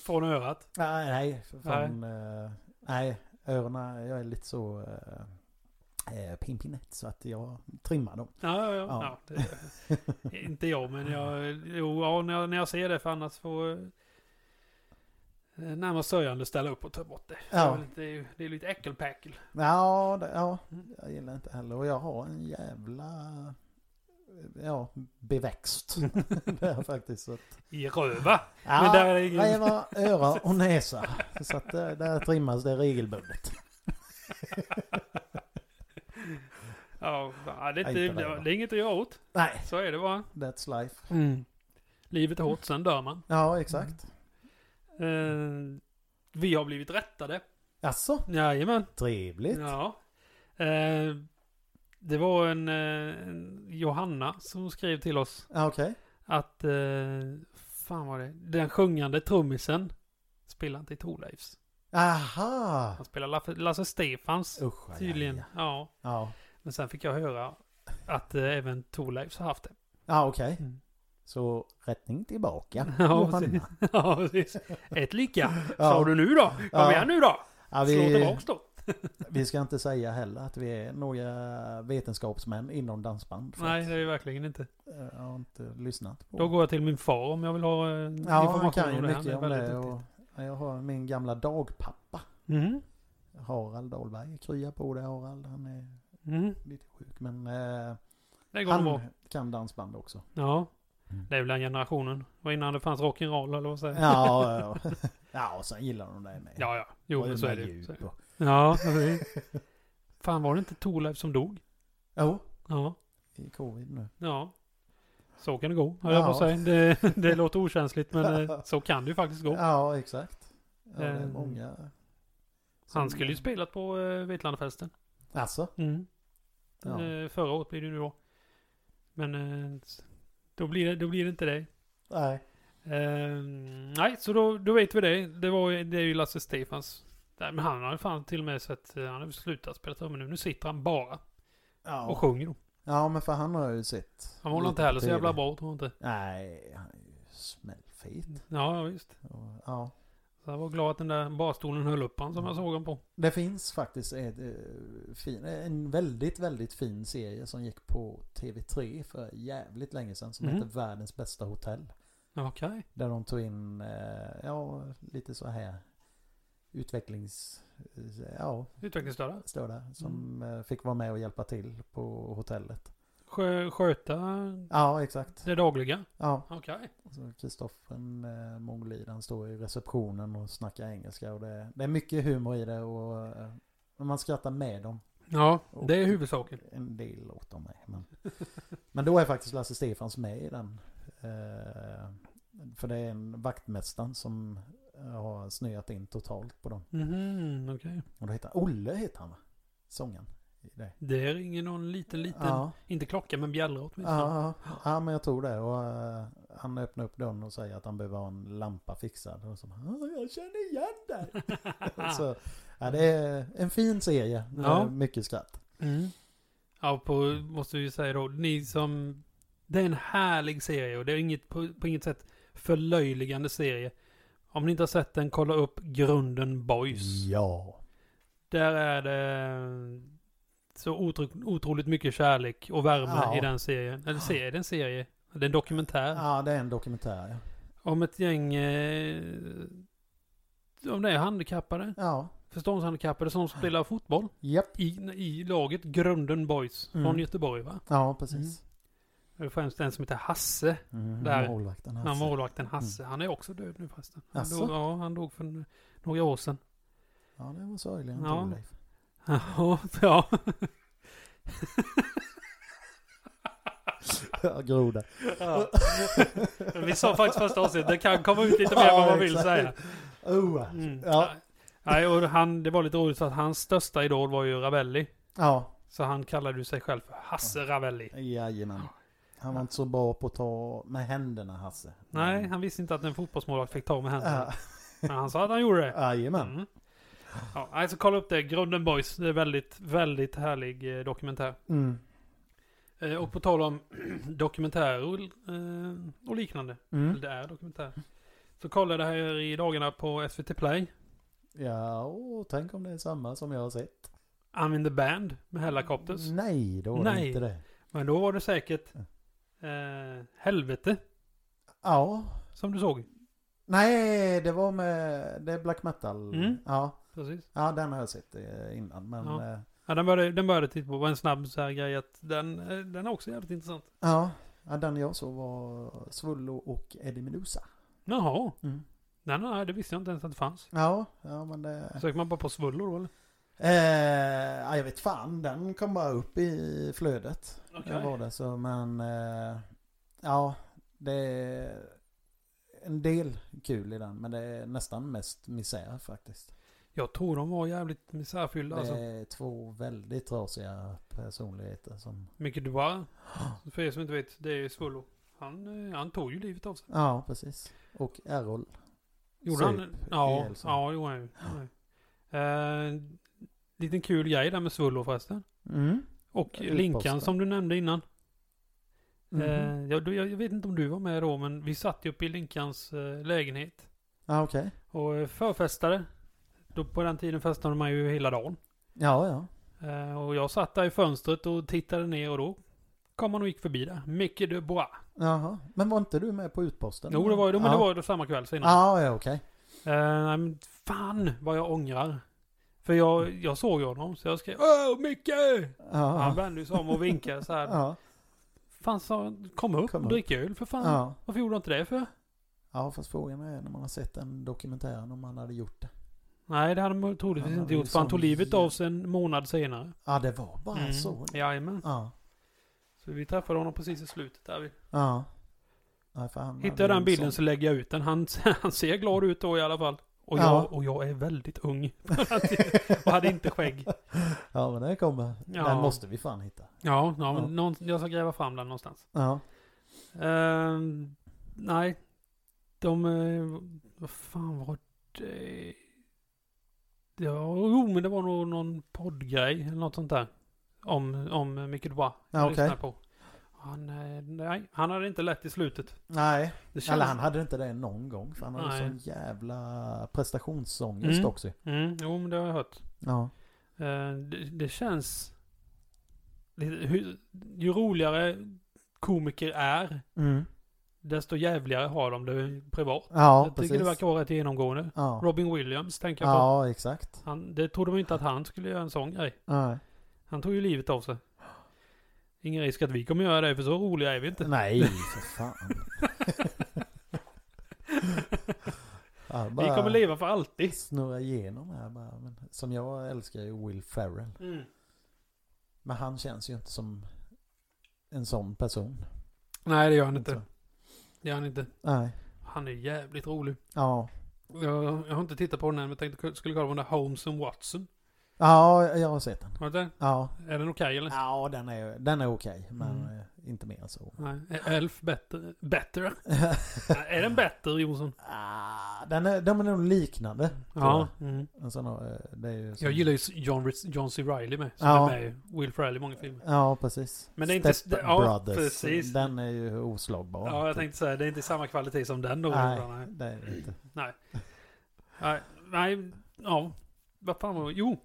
S2: Från örat.
S1: Nej, nej, för fan, eh, nej, öronen, jag är lite så äh, pimpinett så att jag trimmar dem.
S2: Ja, ja, ja.
S1: Ja.
S2: ja det, (laughs) inte jag, men jag, jo, ja, när, jag, när jag ser det, för annars får eh, närmast sörjande ställa upp och ta bort det.
S1: Ja.
S2: Så Det, är, ju- det är lite äckelpäckel.
S1: Ja, det, ja,
S2: Mm.
S1: jag gillar inte heller. Och jag har en jävla ja,
S2: (laughs)
S1: beväxt. det är faktiskt. Så att,
S2: I röva.
S1: ja,
S2: Men där är det ingen-
S1: Rävar, öra och näsa. Så att där, där trimmas det regelbundet.
S2: Ja, ja, det, är
S1: Nej,
S2: inte,
S1: inte
S2: det,
S1: röva.
S2: är inget att göra åt.
S1: Nej,
S2: Så är det bara.
S1: that's life.
S2: Livet är hårt, sen dör man.
S1: Ja, exakt.
S2: Mm. Eh, vi har blivit rättade.
S1: Jaså,
S2: Jajamän.
S1: trevligt.
S2: Ja. Eh, det var en, eh, en Johanna som skrev till oss.
S1: Ja, okej.
S2: att, eh, fan var det, den sjungande trummisen spelar inte i Thorleifs.
S1: Aha!
S2: Han spelar Lasse, Lasse Stefans
S1: Usch, vad
S2: tydligen.
S1: jävla.
S2: Ja,
S1: Oh, Ja,
S2: men sen fick jag höra att eh, även Thorleifs har haft det.
S1: ja okej.
S2: Mm. (laughs)
S1: Så rättning tillbaka.
S2: Ja,
S1: Johanna.
S2: precis. ja, precis.
S1: (laughs)
S2: Ett lika.
S1: Ja.
S2: Sa du nu då? Kom
S1: Ja.
S2: igen nu då!
S1: Ja,
S2: Slå
S1: vi,
S2: tillbaks då.
S1: vi ska inte säga heller att vi är några vetenskapsmän inom dansband. för
S2: Nej,
S1: att- eh,
S2: det är ju verkligen inte.
S1: Jag har inte lyssnat på.
S2: Då går jag till min far om jag vill ha eh,
S1: Oh. ja,
S2: information
S1: han kan ju
S2: om det. Han
S1: mycket
S2: är
S1: om
S2: väldigt
S1: det.
S2: duktig.
S1: Och ja, jag har min gamla dagpappa.
S2: Mhm.
S1: Harald Dahlberg. Krya på det Harald. Han är
S2: Mhm.
S1: lite sjuk. Men eh,
S2: Det går nog bra.
S1: han kan dansband också.
S2: Ja.
S1: Mm.
S2: Det är väl den generationen. Var innan det fanns rock'n'roll eller vad säger jag?
S1: Ja, ja. ja och sen gillar de det med.
S2: Ja, ja. Jo,
S1: Och
S2: men så är
S1: med
S2: det ju.
S1: djup
S2: Så är det.
S1: och-
S2: Ja, precis. Fan, var det inte Thorleif som dog?
S1: Jo,
S2: Ja.
S1: i covid nu.
S2: Ja. Så kan det gå, höll jag på att
S1: Ja.
S2: säga. Det,
S1: (laughs)
S2: det låter okänsligt, men eh, så kan det ju faktiskt gå.
S1: Ja, exakt. Ja, det är
S2: Eh,
S1: många. som-
S2: Han skulle ju spelat på eh, Vetlandafesten.
S1: Alltså?
S2: Mm.
S1: Ja.
S2: Eh, förra året blir det ju då. Men eh, s- då, blir det, då blir det inte det.
S1: Nej.
S2: Eh, nej, så då, då vet vi det. Det, var, ju- det är ju Lasse Stefans. Nej, men han har ju fan till och med sett, eh, han har ju slutat spela trummor nu. Nu sitter han bara och
S1: Ja.
S2: sjunger. då.
S1: ja, men för han har ju sett.
S2: Han håller inte
S1: lite
S2: heller
S1: på
S2: så jävla
S1: TV.
S2: bra, tror jag inte.
S1: Nej, han är ju smällfet.
S2: Ja, ja, visst.
S1: Och, ja.
S2: Så jag var glad att den där barstolen höll upp han som jag såg honom på.
S1: Det finns faktiskt ett, eh, fin, en väldigt, väldigt fin serie som gick på TV3 för jävligt länge sedan som
S2: Mhm.
S1: heter Världens bästa hotell.
S2: Okej.
S1: Där de tog in, eh, ja, lite så här utvecklings... eh, Ja,
S2: Utvecklingsstörda.
S1: störda som
S2: Mm.
S1: eh, fick vara med och hjälpa till på hotellet.
S2: Skö, sköta
S1: Ja, exakt.
S2: det dagliga.
S1: Ja,
S2: Okej.
S1: så Alltså, Kristoffer eh, Mongolid, han står i receptionen och snackar engelska och det, det är mycket humor i det och eh, man skrattar med dem.
S2: Ja,
S1: Och-
S2: det är huvudsaken.
S1: En del låtar med. Men, men då är faktiskt Lasse Stefans med i den. Eh, för det är en vaktmästaren som eh, har snöat in totalt på dem.
S2: Mhm, okej.
S1: Och då heter han, Olle heter han va? Sången. I det.
S2: Det ringer någon liten, liten,
S1: Ja.
S2: inte klocka men bjällra åtminstone.
S1: Ja, ja, ja, men jag tror det. Och, eh, han öppnar upp dörren och säger att han behöver ha en lampa fixad. Och så, bara, "Ah, jag känner igen dig. (laughs)
S2: (laughs)
S1: så, ja, det är en fin serie. med
S2: Ja.
S1: Mycket skratt.
S2: Mm. Ja, på, måste vi ju säga då. Ni som... Det är en härlig serie och det är inget, på, på inget sätt förlöjligande serie. Om ni inte har sett den, kolla upp Grunden Boys.
S1: Ja.
S2: Där är det eh, så otro, otroligt mycket kärlek och värme
S1: Ja.
S2: i den serien. Eller ser det en serie? Det är en dokumentär.
S1: ja, det är en dokumentär. ja.
S2: Om ett gäng... Eh, om det är handikappade,
S1: Ja,
S2: förståndshandikappade som spelar fotboll
S1: japp.
S2: i, i laget Grunden Boys
S1: Mm.
S2: från Göteborg va?
S1: Ja, precis.
S2: Det är främst en som heter Hasse.
S1: Mm.
S2: Där.
S1: Målvakten
S2: Han
S1: Hasse. Mm.
S2: målvakten Hasse. Han är också död nu förresten. Han
S1: Asså?
S2: dog, ja, han dog för n- några år sedan. (laughs)
S1: Ja, det var sorgligen.
S2: Ja.
S1: Ja. (laughs)
S2: Ja, ja.
S1: Jag groda.
S2: (laughs) Vi sa faktiskt första avsnittet, det kan komma
S1: (laughs)
S2: ut lite mer än vad man vill
S1: exakt.
S2: säga.
S1: Oh.
S2: Mm.
S1: Ja.
S2: Nej, och han, det var lite roligt för att hans största idol var ju Ravelli.
S1: Ja,
S2: Så han kallade ju sig själv för Hasse Ravelli.
S1: jajamän. Han var inte så bra på att ta med händerna, Hasse.
S2: Nej,
S1: Mm.
S2: han visste inte att en fotbollsmålvakt fick ta med händerna.
S1: Ja,
S2: Men han sa att han gjorde det.
S1: (laughs) Jajamän.
S2: Mm. Ja, alltså kolla upp det. Grunden Boys. Det är väldigt, väldigt härlig eh, dokumentär.
S1: Mm.
S2: Eh, och på tal om (clears throat) dokumentärer och, eh, och liknande.
S1: Mm.
S2: Eller det är dokumentär. Så kollade jag här i dagarna på SVT Play.
S1: Ja, och tänk om det är samma som jag har sett.
S2: I'm in the band med Hellacopters.
S1: Mm. Nej, då var
S2: Nej.
S1: det inte det.
S2: Men då var det säkert
S1: Mm.
S2: eh, Helvete
S1: Ja.
S2: som du såg.
S1: Nej, det var med... Det är black metal.
S2: Mm.
S1: Ja.
S2: Precis.
S1: ja, den har jag sett eh, innan. Men
S2: Ja.
S1: ja,
S2: Ja, den började, den började titta på. var en snabb så här grej att den, eh, den är också jävligt intressant.
S1: ja. ja den jag såg var Svullo och Eddie Meduza.
S2: Jaha.
S1: Mm.
S2: Nej, nej, nej, det visste jag inte ens att det fanns.
S1: Ja, ja men det...
S2: Söker man bara på svullor då eller?
S1: Eh, ja, jag vet fan, den kom bara upp i flödet.
S2: Okej.
S1: Det var det så, men eh, ja, det är en del kul i den, men det är nästan mest misär faktiskt.
S2: Jag tror de var jävligt misärfyllda
S1: Det
S2: alltså.
S1: är två väldigt trasiga personligheter som...
S2: Mycket (gasps) Dubois. För er som inte vet, det är Svullo. Han, eh, han tog ju livet av sig.
S1: Ja, precis. Och Errol.
S2: Gjorde han?
S1: Söp
S2: Ja,
S1: ihjäl sig.
S2: ja, det gjorde han ju. Eh, liten kul grej där med Svullo förresten.
S1: Mm.
S2: Och
S1: Utposten.
S2: Linkan som du nämnde innan.
S1: Mhm.
S2: Eh, jag, du- jag vet inte om du var med då, men vi satt ju uppe i Linkans eh, lägenhet
S1: Ja, okej.
S2: och eh, förfestade. Då på den tiden festade man ju hela dagen.
S1: Ja, ja.
S2: Eh, och jag satt där i fönstret och tittade ner och då kom han och gick förbi där. Micke Dubois.
S1: Jaha. Men var inte du med på utposten?
S2: Jo, det var ju, men
S1: ja.
S2: det var ju då samma kväll senare.
S1: Ja, ja, okej.
S2: Eh, nej, men fan vad jag ångrar. För jag, jag såg ju honom, så jag skrev Åh, Micke! Han
S1: Ja,
S2: vände sig om och vinkade så här.
S1: ja.
S2: Fan, sa han, kom upp
S1: Kom
S2: och
S1: upp.
S2: drick öl för fan.
S1: ja.
S2: Varför gjorde du inte det för?
S1: Ja, fast frågan är när man har sett den dokumentären om han hade gjort det.
S2: Nej, det hade han troligtvis
S1: Han
S2: inte
S1: hade ju
S2: gjort. För han
S1: sån
S2: tog livet
S1: jä-
S2: av sig en månad senare.
S1: Ja, det var bara
S2: Mm.
S1: så.
S2: Jajamän.
S1: Ja.
S2: Så vi träffade honom precis i slutet där.
S1: Ja. ja för han
S2: Hittar
S1: hade
S2: jag den
S1: en
S2: bilden så
S1: sån-
S2: lägger jag ut den. Han, (laughs) han ser glad ut då i alla fall. Och jag,
S1: Ja.
S2: och jag är väldigt ung. och (laughs) hade inte skägg.
S1: (laughs) Ja, men den kommer.
S2: Ja.
S1: Den måste vi fan hitta.
S2: (laughs) Ja, ja, men
S1: Ja.
S2: Någon, jag ska gräva fram den någonstans.
S1: Ja.
S2: Ehm, nej. De... eh, Vad fan var det? Ja, jo, men det var nog någon poddgrej eller något sånt där. Om, om Micke Dubois.
S1: Ja,
S2: Jag
S1: okej.
S2: lyssnade på. Han, eh, nej, han hade inte lätt i slutet.
S1: Nej,
S2: Det känns...
S1: eller han hade inte det någon gång. För han hade
S2: Nej.
S1: sån jävla prestationsångest
S2: Mm.
S1: också.
S2: Mm, jo, men det har jag hört.
S1: Ja.
S2: Eh, det, det känns... Det, hur, ju roligare komiker är,
S1: Mm.
S2: desto jävligare har de det privat.
S1: Ja,
S2: jag
S1: precis.
S2: tycker det verkar vara rätt genomgående.
S1: ja.
S2: Robin Williams tänker jag på.
S1: ja, exakt.
S2: Han, det trodde man ju inte att han skulle göra en sån grej.
S1: Nej.
S2: Han tog ju livet av sig. Ingen risk att vi kommer göra det, för så roliga är vi inte.
S1: Nej, för fan. Ja,
S2: Vi
S1: bara-
S2: kommer leva för alltid.
S1: snurra igenom här bara. Men, som jag älskar ju Will Ferrell. Men han känns ju inte som en sån person.
S2: Nej, det gör han inte.
S1: Inte
S2: Det gör han inte.
S1: Nej.
S2: Han är jävligt rolig.
S1: Ja.
S2: Jag, jag har inte tittat på den än, men jag tänkte skulle kolla på den där Holmes and Watson.
S1: Ja, jag har sett den.
S2: Har du den?
S1: Ja.
S2: Är den okej eller?
S1: Ja, den är, den är okej. men
S2: Mm.
S1: eh, inte mer än så. (laughs)
S2: Nej. Är Elf bättre? Bättre? Nej, är den bättre, Jonsson?
S1: Ah, den är, de är nog liknande.
S2: Ja. Mm.
S1: Men sen har, eh, det är ju som-
S2: Jag gillar ju John, Ris- John C. Reilly med. Som
S1: Ja.
S2: är med i Will Ferrell i många filmer.
S1: Ja, precis.
S2: Men det är inte-
S1: Step
S2: ja,
S1: Brothers.
S2: precis.
S1: Den är ju oslagbar.
S2: Ja, jag tänkte säga det är inte samma kvalitet som den då.
S1: typ. Nej.
S2: Nej.
S1: Det är det inte.
S2: Nej, nej, ja. Vad fan var Jo.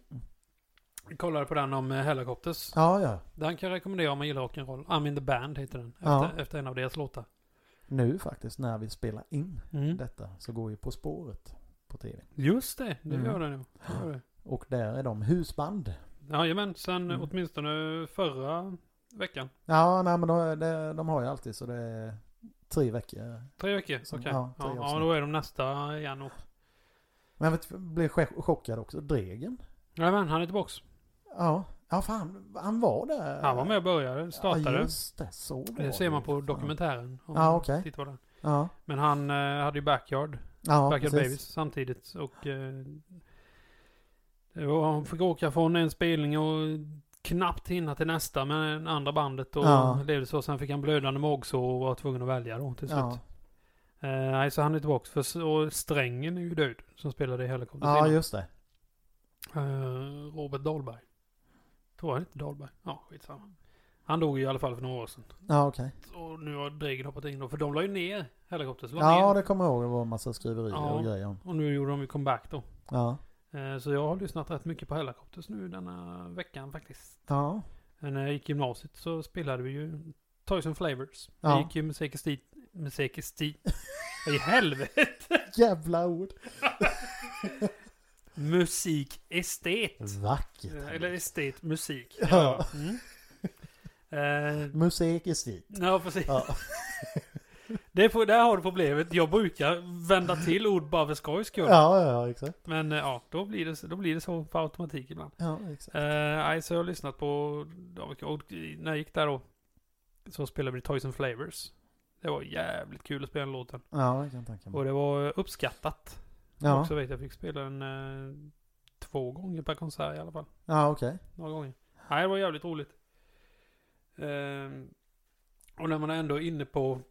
S2: Jag kollade på den om eh, Hellacopters.
S1: Ja, ja.
S2: Den kan jag rekommendera om man gillar rock'n'roll. I'm in the band heter den. Efter,
S1: Ja.
S2: efter en av deras låtar.
S1: Nu faktiskt när vi spelar in
S2: Mm.
S1: detta så går ju På spåret på tv.
S2: Just det, det
S1: Mm.
S2: gör den ju. Det gör det.
S1: Och där är de husband.
S2: Jajamän, sen eh,
S1: Mm.
S2: åtminstone förra veckan.
S1: Ja, nej, men de, de, de har ju alltid så det är tre veckor.
S2: Tre veckor?
S1: Som-
S2: Okej.
S1: ja,
S2: Ja,
S1: tre
S2: ja,
S1: avsnitt.
S2: då är de nästa igen. Och...
S1: Men jag vet, blev chock- chockad också. Dregen.
S2: Jajamän, han är tillbaks.
S1: Ja, ja fan, han var där.
S2: Han var med och började,
S1: Eh, Ja,
S2: startade.
S1: just det. Så var
S2: det ser
S1: ju.
S2: man på
S1: Fan.
S2: dokumentären. om
S1: Ja,
S2: man
S1: okej.
S2: tittar på den.
S1: Ja,
S2: Men han eh, hade ju backyard.
S1: ja
S2: Backyard
S1: precis.
S2: Babies samtidigt. Och eh, det var, han fick åka från en spelning och knappt hinna till nästa med det andra bandet och
S1: Ja.
S2: levde så. Sen fick han blödande magsår och var tvungen att välja då till slut.
S1: Ja,
S2: Eh, nej, så han är tillbaka. För, s- och Strängen är ju död som spelade i Hellacopters
S1: ja
S2: innan.
S1: just det.
S2: Eh, Robert Dahlberg. Tror jag inte Dahlberg. Ja, skitsamma. Han dog ju i alla fall för några år sedan.
S1: Ja, okej.
S2: Och nu har Dregen hoppat in då. För de la ju ner Hellacopters. la
S1: Ja,
S2: ner.
S1: det kommer jag ihåg. Det var en massa skriverier
S2: Ja.
S1: och grejer om.
S2: Och nu gjorde de ju comeback då.
S1: Ja.
S2: Eh, Så jag har lyssnat rätt mycket på Hellacopters nu denna veckan faktiskt.
S1: Ja.
S2: Eh, När jag gick i gymnasiet så spelade vi ju Toys and Flavors.
S1: Ja.
S2: Jag gick ju musik i stil... Musik i stil... I helvete!
S1: (laughs)
S2: (laughs)
S1: Jävla ord.
S2: Musikestet!
S1: Vackert.
S2: Eh,
S1: Henrik.
S2: Eller estet musik.
S1: Mm. Ja.
S2: Mm. Eh,
S1: Musik i stil.
S2: ja, precis.
S1: Ja.
S2: (laughs) Det är, på- där har du problemet. Jag brukar vända till ord bara för skojs skull.
S1: Ja, ja, ja, exakt.
S2: Men eh, ja, då blir, det, då blir det så på automatik ibland.
S1: Ja, exakt.
S2: Eh, Nej, så jag har lyssnat på, ja, vilka- och när jag gick där då, så spelade vi Toys and Flavors. Det var jävligt kul att spela den låten.
S1: Ja, jag kan tänka mig.
S2: Och det var uppskattat.
S1: Ja,
S2: Också vet jag fick spela den eh, två gånger per konsert i alla fall.
S1: ja okej.
S2: Några gånger. Nej, det var jävligt roligt. Ehm, och när man är ändå inne på,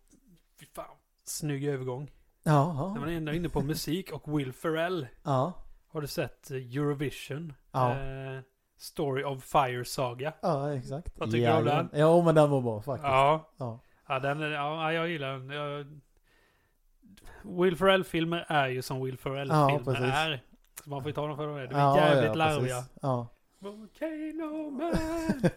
S2: fy fan, snygg övergång. När man
S1: Jaha.
S2: är ändå inne på musik och Will Ferrell.
S1: Ja.
S2: Har du sett eh, Eurovision?
S1: Ja.
S2: Eh, Story of Fire Saga.
S1: Ja, exakt.
S2: Vad tycker du om den?
S1: Ja, men den var bra faktiskt. Ja.
S2: Ja.
S1: Ja.
S2: Ja, den är, ja, jag gillar den. Jag, Will Ferrell-filmer är ju som Will
S1: Ja,
S2: Ferrell-filmer
S1: precis.
S2: är. Så man får ju ta dem för vad de är. De är jävligt larviga.
S1: precis. Ja. (laughs)
S2: Volcano Man!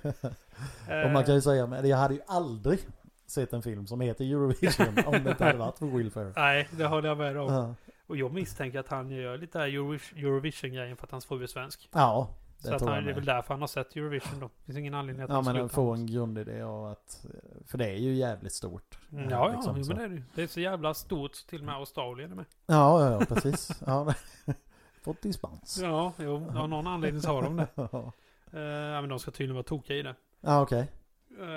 S1: Och man kan ju säga, men jag hade ju aldrig sett en film som heter Eurovision om det inte hade varit för Will Ferrell.
S2: Eh, Nej, det håller jag med om.
S1: Ja.
S2: Och jag misstänker att han gör lite här Eurovis- Eurovision-grejen för att hans fru är svensk.
S1: Ja, det
S2: så att
S1: tror
S2: han,
S1: jag
S2: det är väl
S1: med.
S2: därför han har sett Eurovision då. Det finns ingen anledning att
S1: Ja,
S2: han
S1: men
S2: skulle
S1: att
S2: ta
S1: få
S2: hans-
S1: en grundidé av att... eh, För det är ju jävligt stort.
S2: Mm, Ja, ja,
S1: liksom,
S2: jo,
S1: så.
S2: men det är det ju. Det är så jävla stort så till och med Australien är med.
S1: Ja, ja, ja (laughs) precis. Ja, men- Fått dispens.
S2: Ja, jo, av någon anledning så har de det.
S1: (laughs) Ja,
S2: (laughs) Eh, ja, men de ska tydligen vara tokiga i det.
S1: ja okej.
S2: Eh,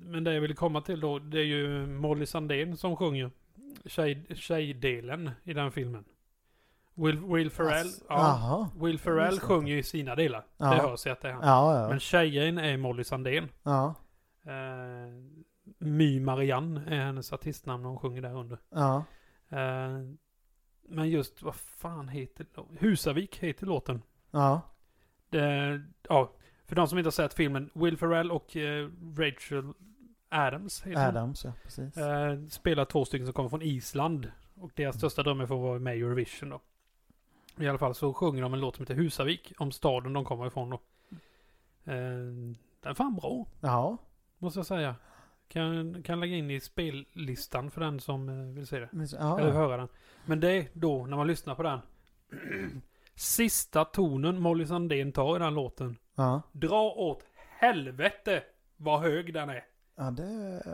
S2: men det jag ville komma till då, det är ju Molly Sandén som sjunger tjej, tjejdelen i den filmen. Will, Will Ferrell,
S1: Ass-
S2: ja,
S1: Jaha.
S2: Will
S1: Jag
S2: Ferrell
S1: visste
S2: sjunger ju sina delar.
S1: Ja.
S2: Det hörs ju att det är han.
S1: Ja, ja.
S2: Men tjejen är Molly Sandén.
S1: Ja,
S2: Eh, My Marianne är hennes artistnamn och hon sjunger där under.
S1: ja.
S2: Eh, men just, vad fan heter Husavik heter låten.
S1: Ja,
S2: Det, ja, för de som inte har sett filmen, Will Ferrell och eh, Rachel Adams heter hon.
S1: Adams, ja, precis.
S2: eh, spelar två stycken som kommer från Island. Och deras största dröm är att få vara med i Eurovision då. I alla fall så sjunger de en låt som heter Husavik, om staden de kommer ifrån då. Eh, den är fan bra,
S1: Ja,
S2: måste jag säga. Kan, kan lägga in i spellistan för den som eh, vill se det.
S1: men så- ja,
S2: Eller
S1: ja.
S2: höra den. Men det är då, när man lyssnar på den. (clears throat) Sista tonen Molly Sandén tar i den låten.
S1: ja.
S2: Dra åt helvete vad hög den är.
S1: Ja, det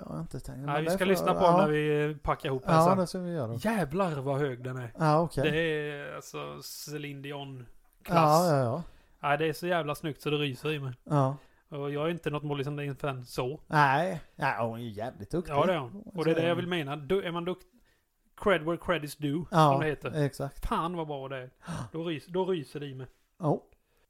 S1: har jag inte tänkt. Men
S2: Nej, vi
S1: det
S2: ska
S1: får-
S2: lyssna på
S1: ja.
S2: den när vi eh, packar ihop den
S1: Ja,
S2: sen.
S1: det ska vi göra.
S2: Jävlar vad hög den är.
S1: Ja, okej.
S2: Det är alltså Celine Dion-klass.
S1: Ja, ja, ja.
S2: Nej, det är så jävla snyggt så det ryser i mig.
S1: Ja,
S2: Och jag är inte något målis som fan så.
S1: Nej, ja, hon är ju jävligt duktig.
S2: Ja, det är hon. Och det är det jag vill mena. Du, är man duktig... Cred where cred is due,
S1: Ja,
S2: som det heter.
S1: exakt.
S2: Fan vad bra det är. Då, rys, då ryser det i mig.
S1: Ja.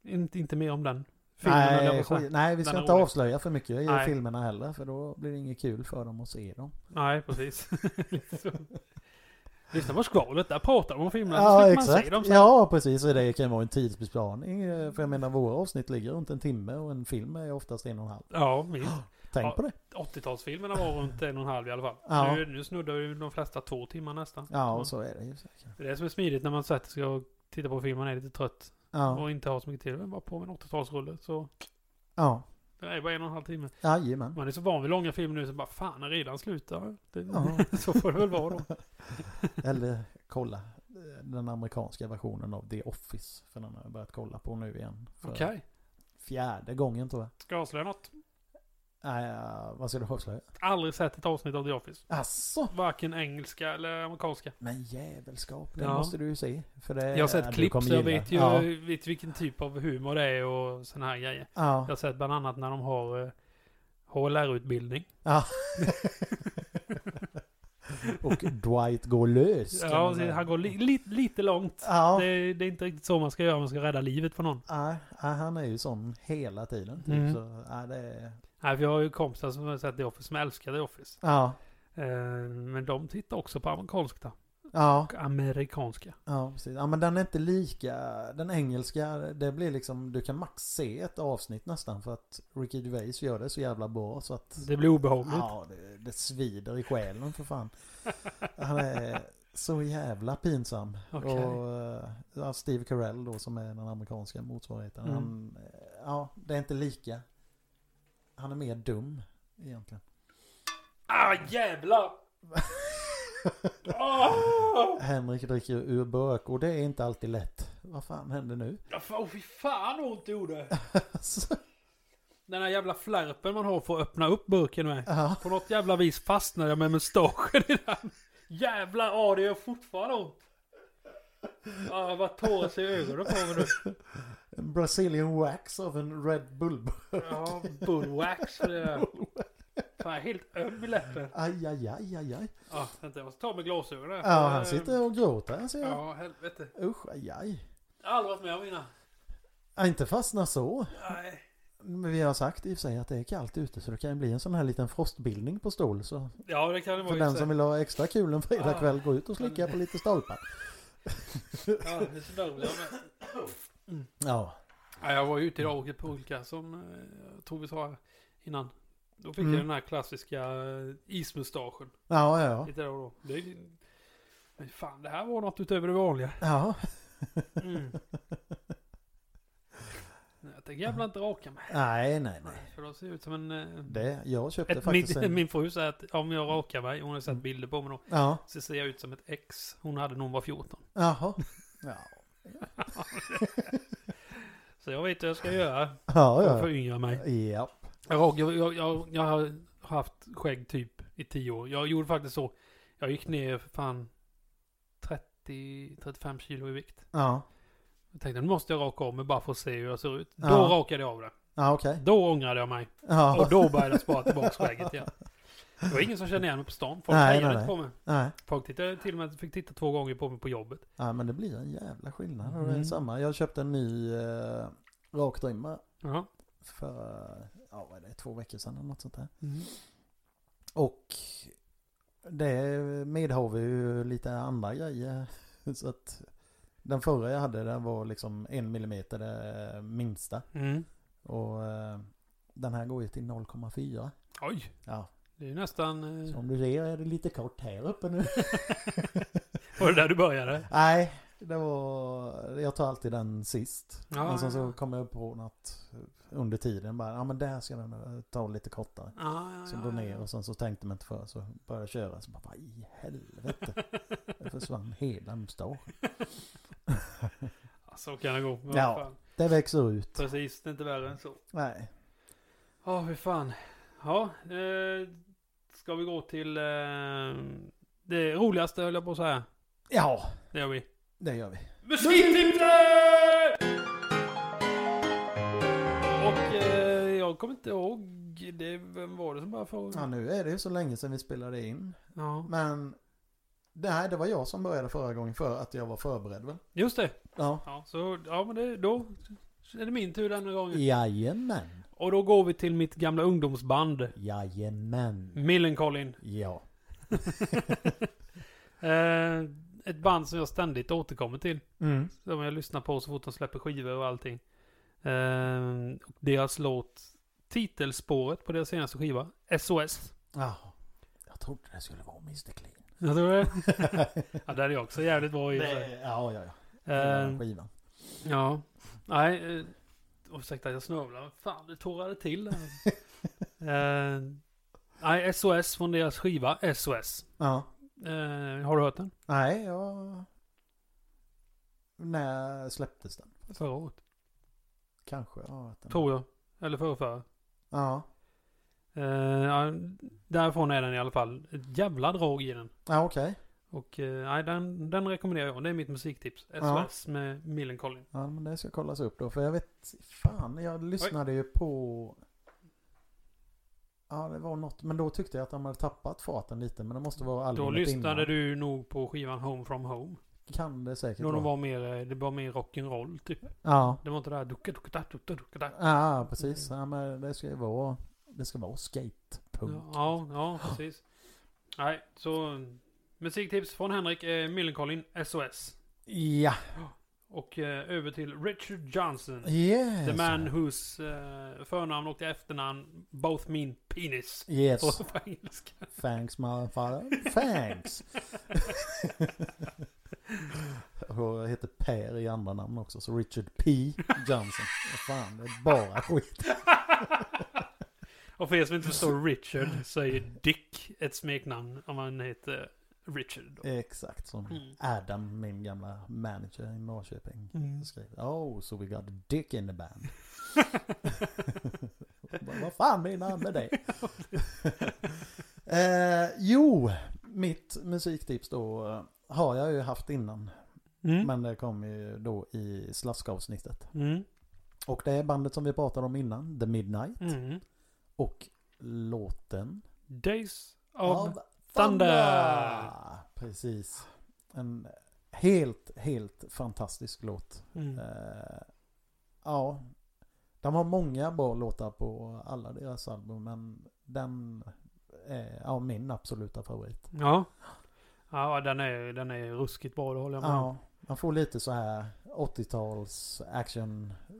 S2: Inte, inte mer om den filmen. höll jag på
S1: Nej,
S2: att säga.
S1: skit- nej, vi ska
S2: Den är
S1: inte
S2: rolig.
S1: avslöja för mycket i
S2: Nej.
S1: filmerna heller. För då blir det inget kul för dem att se dem.
S2: Nej, precis. (laughs) Lite så. Lyssna på skvalet, där pratar de om filmerna.
S1: Ja,
S2: Ja, man
S1: exakt.
S2: se dem sen.
S1: ja, precis. Och det kan ju vara en tidsbesparing. eh, För jag menar, våra avsnitt ligger runt en timme och en film är oftast en och en halv.
S2: Ja, minst.
S1: Tänk
S2: Ja.
S1: på det.
S2: 80-talsfilmerna var runt en och en halv i alla fall.
S1: Ja.
S2: Nu, nu snuddar ju de flesta två timmar nästan.
S1: Ja,
S2: Mm.
S1: så är det ju säkert.
S2: Det är det som är smidigt när man sätter sig och tittar på filmen är lite trött
S1: Ja,
S2: och inte har så mycket tid. Men bara på med en 80-talsrulle så
S1: ja.
S2: det är bara en och en halv timme.
S1: Jajamän.
S2: Man är så van vid långa filmer nu så bara fan, är redan slut? Ja, Det,
S1: (laughs) Ja.
S2: (laughs) så får det väl vara då.
S1: Eller kolla eh, den amerikanska versionen av The Office. För den har jag börjat kolla på nu igen. För
S2: Okej,
S1: fjärde gången tror jag.
S2: ska jag avslöja något?
S1: Nej, eh, vad ska du avslöja?
S2: Aldrig sett ett avsnitt av The Office.
S1: Asså?
S2: Varken engelska eller amerikanska.
S1: Men jävelskap, det
S2: Ja.
S1: måste du ju se. För det,
S2: Jag har sett
S1: Eh, du
S2: klipp
S1: kommer
S2: så jag
S1: gilla.
S2: vet ju
S1: Ja,
S2: vet vilken typ av humor det är och såna här grejer. Jag
S1: ja.
S2: har sett bland annat när de har eh, HLR-utbildning.
S1: ja. Och Dwight går lös. kan
S2: Ja,
S1: man säga.
S2: han går li, li, lite långt.
S1: eh, Ja.
S2: Det, det är inte riktigt så man ska göra om man ska rädda livet på någon.
S1: Nej, nej, han är ju sån hela tiden. Typ.
S2: Mm.
S1: Så, nej, det är...
S2: Nej, för jag har ju kompisar som har sett The Office, som älskar The Office.
S1: Ja,
S2: Eh, men de tittar också på amerikanska.
S1: ja,
S2: Och amerikanska.
S1: ja, precis. Ja, men den är inte lika... Den engelska, det blir liksom... Du kan max se ett avsnitt nästan för att Ricky Gervais gör det så jävla bra så att...
S2: Det blir obehagligt.
S1: Ja, det, det svider i själen för fan. Han är så jävla pinsam.
S2: Okej.
S1: Och eh, ja, Steve Carell då som är den amerikanska motsvarigheten.
S2: Mm.
S1: Han, eh, ja, det är inte lika. Han är mer dum egentligen.
S2: Ah, jävlar! Ah!
S1: Henrik dricker ur burk och det är inte alltid lätt. Vad fan händer nu? Alltså,
S2: Ja, fa- Åh, fy fan vad ont det gjorde!
S1: Så-
S2: Den här jävla flärpen man har för att öppna upp burken med.
S1: ja,
S2: På något jävla vis fastnade jag med mustaschen i den. Jävlar, ja det gör fortfarande ont. Ja, vad tårar sig i ögonen på mig nu.
S1: en Brazilian wax av en Red Bull.
S2: Ja, bullwax för det där. Fan, jag är helt öm i läppen.
S1: Aj, aj, aj, aj, aj.
S2: Ja, vänta, jag måste ta med glasögonen. här.
S1: Ja,
S2: Eh,
S1: han sitter och gråter ser jag.
S2: Ja, helvete.
S1: Usch, aj, aj.
S2: Jag har aldrig varit med om innan.
S1: Ja, Inte fastna så.
S2: Nej.
S1: Men vi har sagt i och för sig att det är kallt ute så det kan ju bli en sån här liten frostbildning på stol. Så
S2: Ja, det kan det vara.
S1: för
S2: i
S1: den
S2: sig.
S1: som vill ha extra kul en fredag
S2: Ah.
S1: kväll, gå ut och slicka på lite stolpar.
S2: Ja, det är så dåligt. jag med.
S1: Ja,
S2: Ja, jag var ju ute idag och åkte pulka som eh, jag tror vi sa innan. Då fick
S1: Mm.
S2: jag den här klassiska eh, ismustaschen.
S1: ja, ja.
S2: Lite då och då. Det, är- men fan, det här var något utöver det vanliga.
S1: Ja,
S2: Mm. Nej, (laughs) jag tänker jävla inte raka mig.
S1: nej, nej, nej.
S2: För då ser jag ut som en... eh,
S1: Det, jag köpte
S2: ett,
S1: faktiskt
S2: min,
S1: en... Mm.
S2: min fru säger att om jag rakar mig, hon har sett bilder på mig då,
S1: Ja,
S2: så ser jag ut som ett ex hon hade när hon var 14.
S1: jaha. Ja,
S2: Så jag vet hur jag ska göra
S1: ja,
S2: för att
S1: ja.
S2: föryngra mig.
S1: Ja,
S2: Jag, rak- jag, jag, jag, jag har haft skägg typ i tio år. Jag gjorde faktiskt så. Jag gick ner för fan 30-35 kilo i vikt.
S1: ja,
S2: Jag tänkte nu måste jag raka av mig bara för att se hur jag ser ut. Då
S1: Ja.
S2: rakade jag av det.
S1: ja okej.
S2: Då ångrade jag mig.
S1: Ja,
S2: Och då började jag spara tillbaka skägget igen. Det var ingen som kände igen mig på stan. Folk
S1: Nej, nej,
S2: hejade
S1: nej.
S2: inte på mig.
S1: nej.
S2: Folk tittade till och med fick titta två gånger på mig på jobbet.
S1: Ja, men det blir en jävla skillnad. Och det är
S2: Mm.
S1: samma. Jag köpte en ny eh, raktrimma
S2: Ja.
S1: för, eh, ja vad är det, två veckor sedan eller något sånt där. Och det medhaver ju lite andra grejer. (laughs) Så att den förra jag hade den var liksom en millimeter det minsta.
S2: Mm.
S1: Och eh, den här går ju till 0,4.
S2: Oj.
S1: Ja.
S2: Det är ju nästan... eh,
S1: Så om du ser är det lite kort här uppe nu. (laughs)
S2: Var det där du började?
S1: Nej, det var... Jag tar alltid den sist.
S2: Ja,
S1: men sen
S2: ja,
S1: så
S2: ja.
S1: kommer jag på något under tiden bara, ja men där ska den eh, ta lite kortare.
S2: Ja, ja,
S1: Så
S2: ja,
S1: då
S2: ja.
S1: ner och sen så tänkte man inte för så började jag köra så bara vad i (laughs) helvete. Det försvann hela mustaschen.
S2: Ja, Så kan det gå. Men
S1: Ja.
S2: vad fan.
S1: Det växer ut.
S2: Precis, det är inte värre än så.
S1: Nej.
S2: Ja, hur fan. Ja, eh, ska vi gå till eh, det roligaste höll jag på att säga.
S1: Ja,
S2: Det gör vi.
S1: det gör vi.
S2: Musiktipset! Och eh, jag jag kommer inte ihåg. Det, vem var det som bara frågade?
S1: Ja, nu är det ju så länge sedan vi spelade in.
S2: Ja.
S1: Men det här, det var jag som började förra gången för att jag var förberedd väl?
S2: Just det.
S1: Ja.
S2: Ja, så, ja men det, då är det min tur denna gången.
S1: Jajamän.
S2: Och då går vi till mitt gamla ungdomsband.
S1: Jajamän.
S2: (laughs) Millencolin.
S1: Ja.
S2: Eh, ett band som jag ständigt återkommer till.
S1: Mm.
S2: Som jag lyssnar på så fort de släpper skivor och allting. Eh, och deras låt, titelspåret på deras senaste skiva, SOS.
S1: Ja. Jag trodde det skulle vara Mr (laughs) Clean.
S2: Jag tror det. ja, den är också jävligt bra i och för sig.
S1: Det- ja, ja, ja.
S2: Eh,
S1: Den skivan.
S2: Ja. Nej. Uh, ursäkta att jag snörvlar. Fan, det tårade till. där. Eh, Nej, SOS från deras skiva SOS.
S1: Ja.
S2: Eh, har du hört den?
S1: Nej, jag... När släpptes den?
S2: Förra året.
S1: Kanske. Ja, att den...
S2: Tror jag. Eller förra, förra.
S1: Ja.
S2: Eh, ja, därifrån är den i alla fall. Ett jävla drag i den.
S1: Ja, okej.
S2: Och eh, nej, den, den rekommenderar jag. Det är mitt musiktips.
S1: Ja.
S2: SOS med Millencolin.
S1: Ja, men det ska kollas upp då. För jag vet, fan, jag lyssnade ju på... Ja, det var något. Men då tyckte jag att de hade tappat farten lite. Men det måste vara
S2: Då
S1: albumet
S2: lyssnade
S1: innan.
S2: du nog på skivan Home from Home.
S1: Kan det säkert
S2: Då de
S1: vara.
S2: var mer, eh, det var mer rock'n'roll typ.
S1: Ja.
S2: Det var inte det här ducka ducka da, ducka ducka da.
S1: ja, precis. Ja, men det ska ju vara... Det ska vara skatepunk.
S2: Ja, ja, precis. Nej, så musiktips från Henrik eh, är Millencolin SOS.
S1: Ja.
S2: Och eh, över till Richard Johnson.
S1: Yes.
S2: The man whose eh, förnamn och efternamn both mean penis.
S1: Yes.
S2: På, på engelska.
S1: Thanks my father. Thanks. (laughs) Och jag heter Per i andra namn också. Så Richard P. Johnson. Vad Fan, det är bara skit.
S2: (laughs) och för er som inte förstår Richard så är ju Dick ett smeknamn om man heter Richard. Då.
S1: Exakt som
S2: Mm.
S1: Adam, min gamla manager i Norrköping.
S2: Mm.
S1: Skriver. Oh, so we got dick in the band. (laughs) Vad- Vad fan menar han med det? (laughs) eh, jo, mitt musiktips då eh, har jag ju haft innan.
S2: Mm.
S1: Men det kom ju då i slaskavsnittet.
S2: Mm.
S1: Och det är bandet som vi pratade om innan, The Midnight.
S2: Mm.
S1: Och låten
S2: Days of... Thunder.
S1: Precis. En helt, helt fantastisk låt.
S2: Mm.
S1: Eh, ja, de har många bra låtar på alla deras album, men den är ja, min absoluta favorit.
S2: Ja. Ja, den är, den är ruskigt bra, det håller jag med om.
S1: Ja, man får lite så här 80-tals action. eh,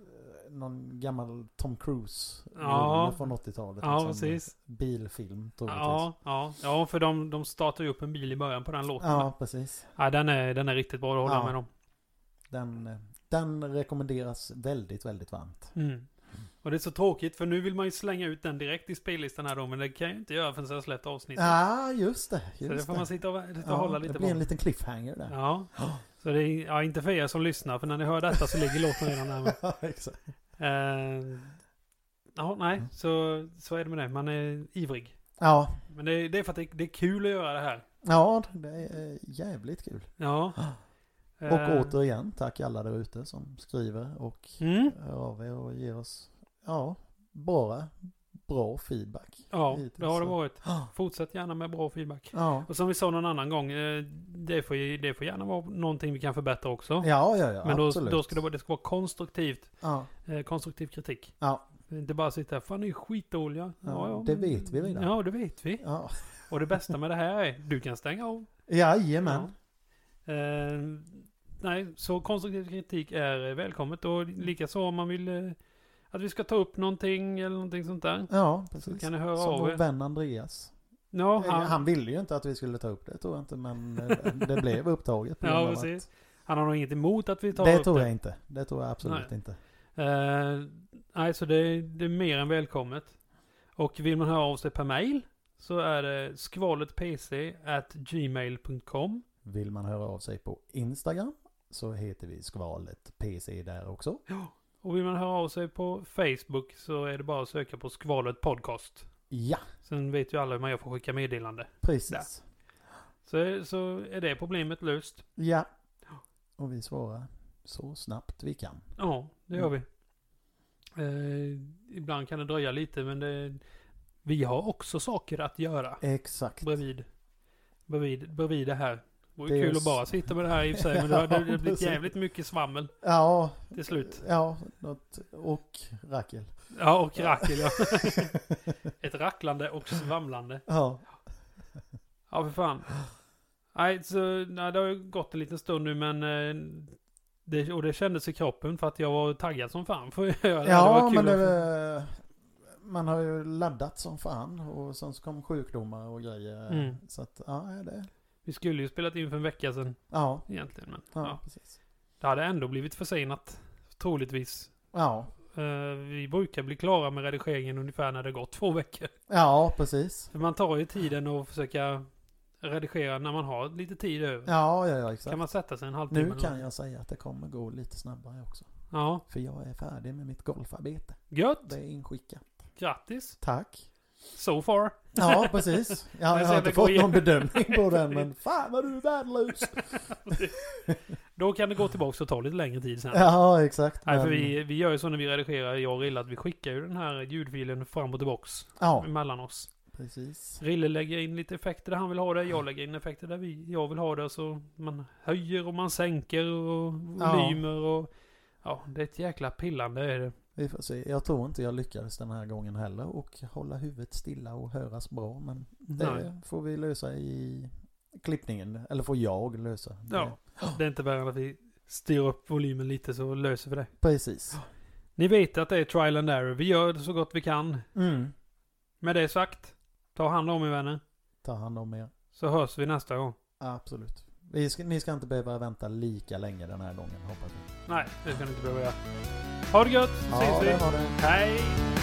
S1: Någon gammal Tom Cruise.
S2: Ja.
S1: rulle Från 80-talet.
S2: Ja,
S1: liksom.
S2: precis.
S1: Bilfilm troligtvis.
S2: Ja, ja, ja, för de, de startar ju upp en bil i början på den låten. Ja.
S1: ja, precis.
S2: den, är, den är riktigt bra, det håller jag
S1: Ja.
S2: med om.
S1: Den, eh, den rekommenderas väldigt, väldigt varmt.
S2: Mm. Och det är så tråkigt, för nu vill man ju slänga ut den direkt i spellistan här då, men det kan jag ju inte göra förrän jag har släppt avsnittet.
S1: Ja, just det. Just
S2: så det får man sitta och, sitta och
S1: Ja,
S2: hålla lite
S1: det
S2: på.
S1: blir en liten cliffhanger där.
S2: Ja, så det är ja, inte för er som lyssnar, för när ni hör detta så ligger låten redan där. Men,
S1: (laughs) Ja, exakt.
S2: eh, ja,
S1: Mm.
S2: nej, så, så är det med det. Man är ivrig.
S1: Ja,
S2: Men det, är- det är för att det, det är kul att göra det här.
S1: ja, det är eh, jävligt kul.
S2: Ja.
S1: (gasps) Och
S2: Eh.
S1: återigen, tack alla där ute som skriver och
S2: Mm.
S1: hör av er och ger oss, ja, bara bra feedback.
S2: Ja,
S1: hittills.
S2: det har det varit.
S1: Ja,
S2: Fortsätt gärna med bra feedback.
S1: ja,
S2: Och som vi sa någon annan gång, eh, det får, ju- det får gärna vara någonting vi kan förbättra också.
S1: ja, ja,
S2: Men då,
S1: absolut.
S2: då ska det, vara, det ska vara konstruktivt,
S1: ja,
S2: eh, konstruktiv kritik.
S1: Ja.
S2: Inte bara sitta här, fan ni är skitdåliga.
S1: Ja, det vet vi redan.
S2: Ja, det vet vi.
S1: ja.
S2: Och det bästa med det här är, du kan stänga av.
S1: Jajamän.
S2: Ja. Eh, nej, så konstruktiv kritik är eh, välkommet. Och likaså om man vill eh, att vi ska ta upp någonting eller någonting sånt där.
S1: Ja,
S2: Så
S1: precis.
S2: kan ni höra
S1: Som
S2: av
S1: vår
S2: er.
S1: vän Andreas.
S2: Ja,
S1: Eh, Han ville ju inte att vi skulle ta upp det tror jag inte, men eh, det blev upptaget. på grund
S2: ja,
S1: av att-
S2: precis. Han har nog inget emot att vi tar
S1: Det
S2: upp
S1: tror
S2: det.
S1: jag inte. Det tror jag absolut
S2: Nej.
S1: inte.
S2: Eh, nej, så det, det är mer än välkommet. Och vill man höra av sig per mail så är det skvaletpc.gmail.com.
S1: Vill man höra av sig på Instagram så heter vi skvalet PC där också.
S2: Och vill man höra av sig på Facebook så är det bara att söka på Skvalet Podcast.
S1: Ja,
S2: Sen vet ju alla hur man gör för att skicka meddelande.
S1: precis.
S2: Så, så är det problemet löst. (gasps)
S1: Ja. Och vi svarar så snabbt vi kan.
S2: Ja, det gör vi. Eh, ibland kan det dröja lite men det, vi har också saker att göra
S1: Exakt.
S2: bredvid, bredvid, bredvid det här. Det vore
S1: Det är
S2: kul
S1: s-
S2: att bara sitta med det här i och för sig men det
S1: (laughs)
S2: hade det hade blivit
S1: precis.
S2: jävligt mycket svammel
S1: Ja,
S2: till slut.
S1: ja. Något. Och Rakel.
S2: Ja och rackel ja. Ett racklande och svamlande.
S1: (laughs) Ja.
S2: Ja,
S1: (gasps)
S2: för fan. Nej, så, nej, det har ju gått en liten stund nu, men... eh, Det, och det kändes i kroppen för att jag var taggad som fan för att göra det. det
S1: Ja,
S2: var kul
S1: men
S2: att-
S1: det, man har ju laddat som fan och sen så kom sjukdomar och grejer.
S2: Mm.
S1: Så att, ja, det.
S2: Vi skulle ju spelat in för en vecka sedan
S1: Ja,
S2: egentligen, men...
S1: ja,
S2: Ja.
S1: precis.
S2: Det hade ändå blivit försenat, troligtvis.
S1: Ja,
S2: Eh, vi brukar bli klara med redigeringen ungefär när det gått två veckor.
S1: ja, precis.
S2: För man tar ju tiden och försöka redigera när man har lite tid över.
S1: Ja, ja, ja exakt.
S2: Kan man sätta sig en halvtimme?
S1: Nu
S2: eller
S1: kan
S2: något?
S1: jag säga att det kommer gå lite snabbare också.
S2: Ja,
S1: För jag är färdig med mitt golfarbete.
S2: gött!
S1: Det är inskickat.
S2: Grattis!
S1: Tack.
S2: So far!
S1: Ja, precis.
S2: Men
S1: Ja, jag
S2: sen
S1: har inte
S2: det går
S1: fått
S2: igen.
S1: någon bedömning på den,
S2: (laughs)
S1: men fan vad du är värdelös.
S2: Då kan det gå tillbaka och ta lite längre tid sen.
S1: Ja, exakt.
S2: Nej, för
S1: men-
S2: vi, vi gör ju så när vi redigerar, jag och Rille, att vi skickar ju den här ljudfilen fram och tillbaks
S1: Ja,
S2: mellan oss.
S1: precis.
S2: Rille lägger in lite effekter där han vill ha det, jag lägger in effekter där vi, jag vill ha det. Så man höjer och man sänker och
S1: Ja.
S2: volymer och... Ja, det är ett jäkla pillande är det.
S1: Vi får se. Jag tror inte jag lyckades den här gången heller och hålla huvudet stilla och höras bra. Men det
S2: Nej,
S1: får vi lösa i klippningen. Eller får jag lösa. Det.
S2: Ja. det är inte värre än att vi styr upp volymen lite så löser vi det.
S1: Precis.
S2: Ni vet att det är trial and error. Vi gör så gott vi kan.
S1: Mm.
S2: Med det sagt, ta hand om er vänner.
S1: Ta hand om er.
S2: Så hörs vi nästa gång.
S1: Absolut. Vi ska, ni ska inte behöva vänta lika länge den här gången hoppas vi.
S2: Nej, det ska ni inte behöva göra. Ha det gött, så ses vi.
S1: det var det.
S2: Hej!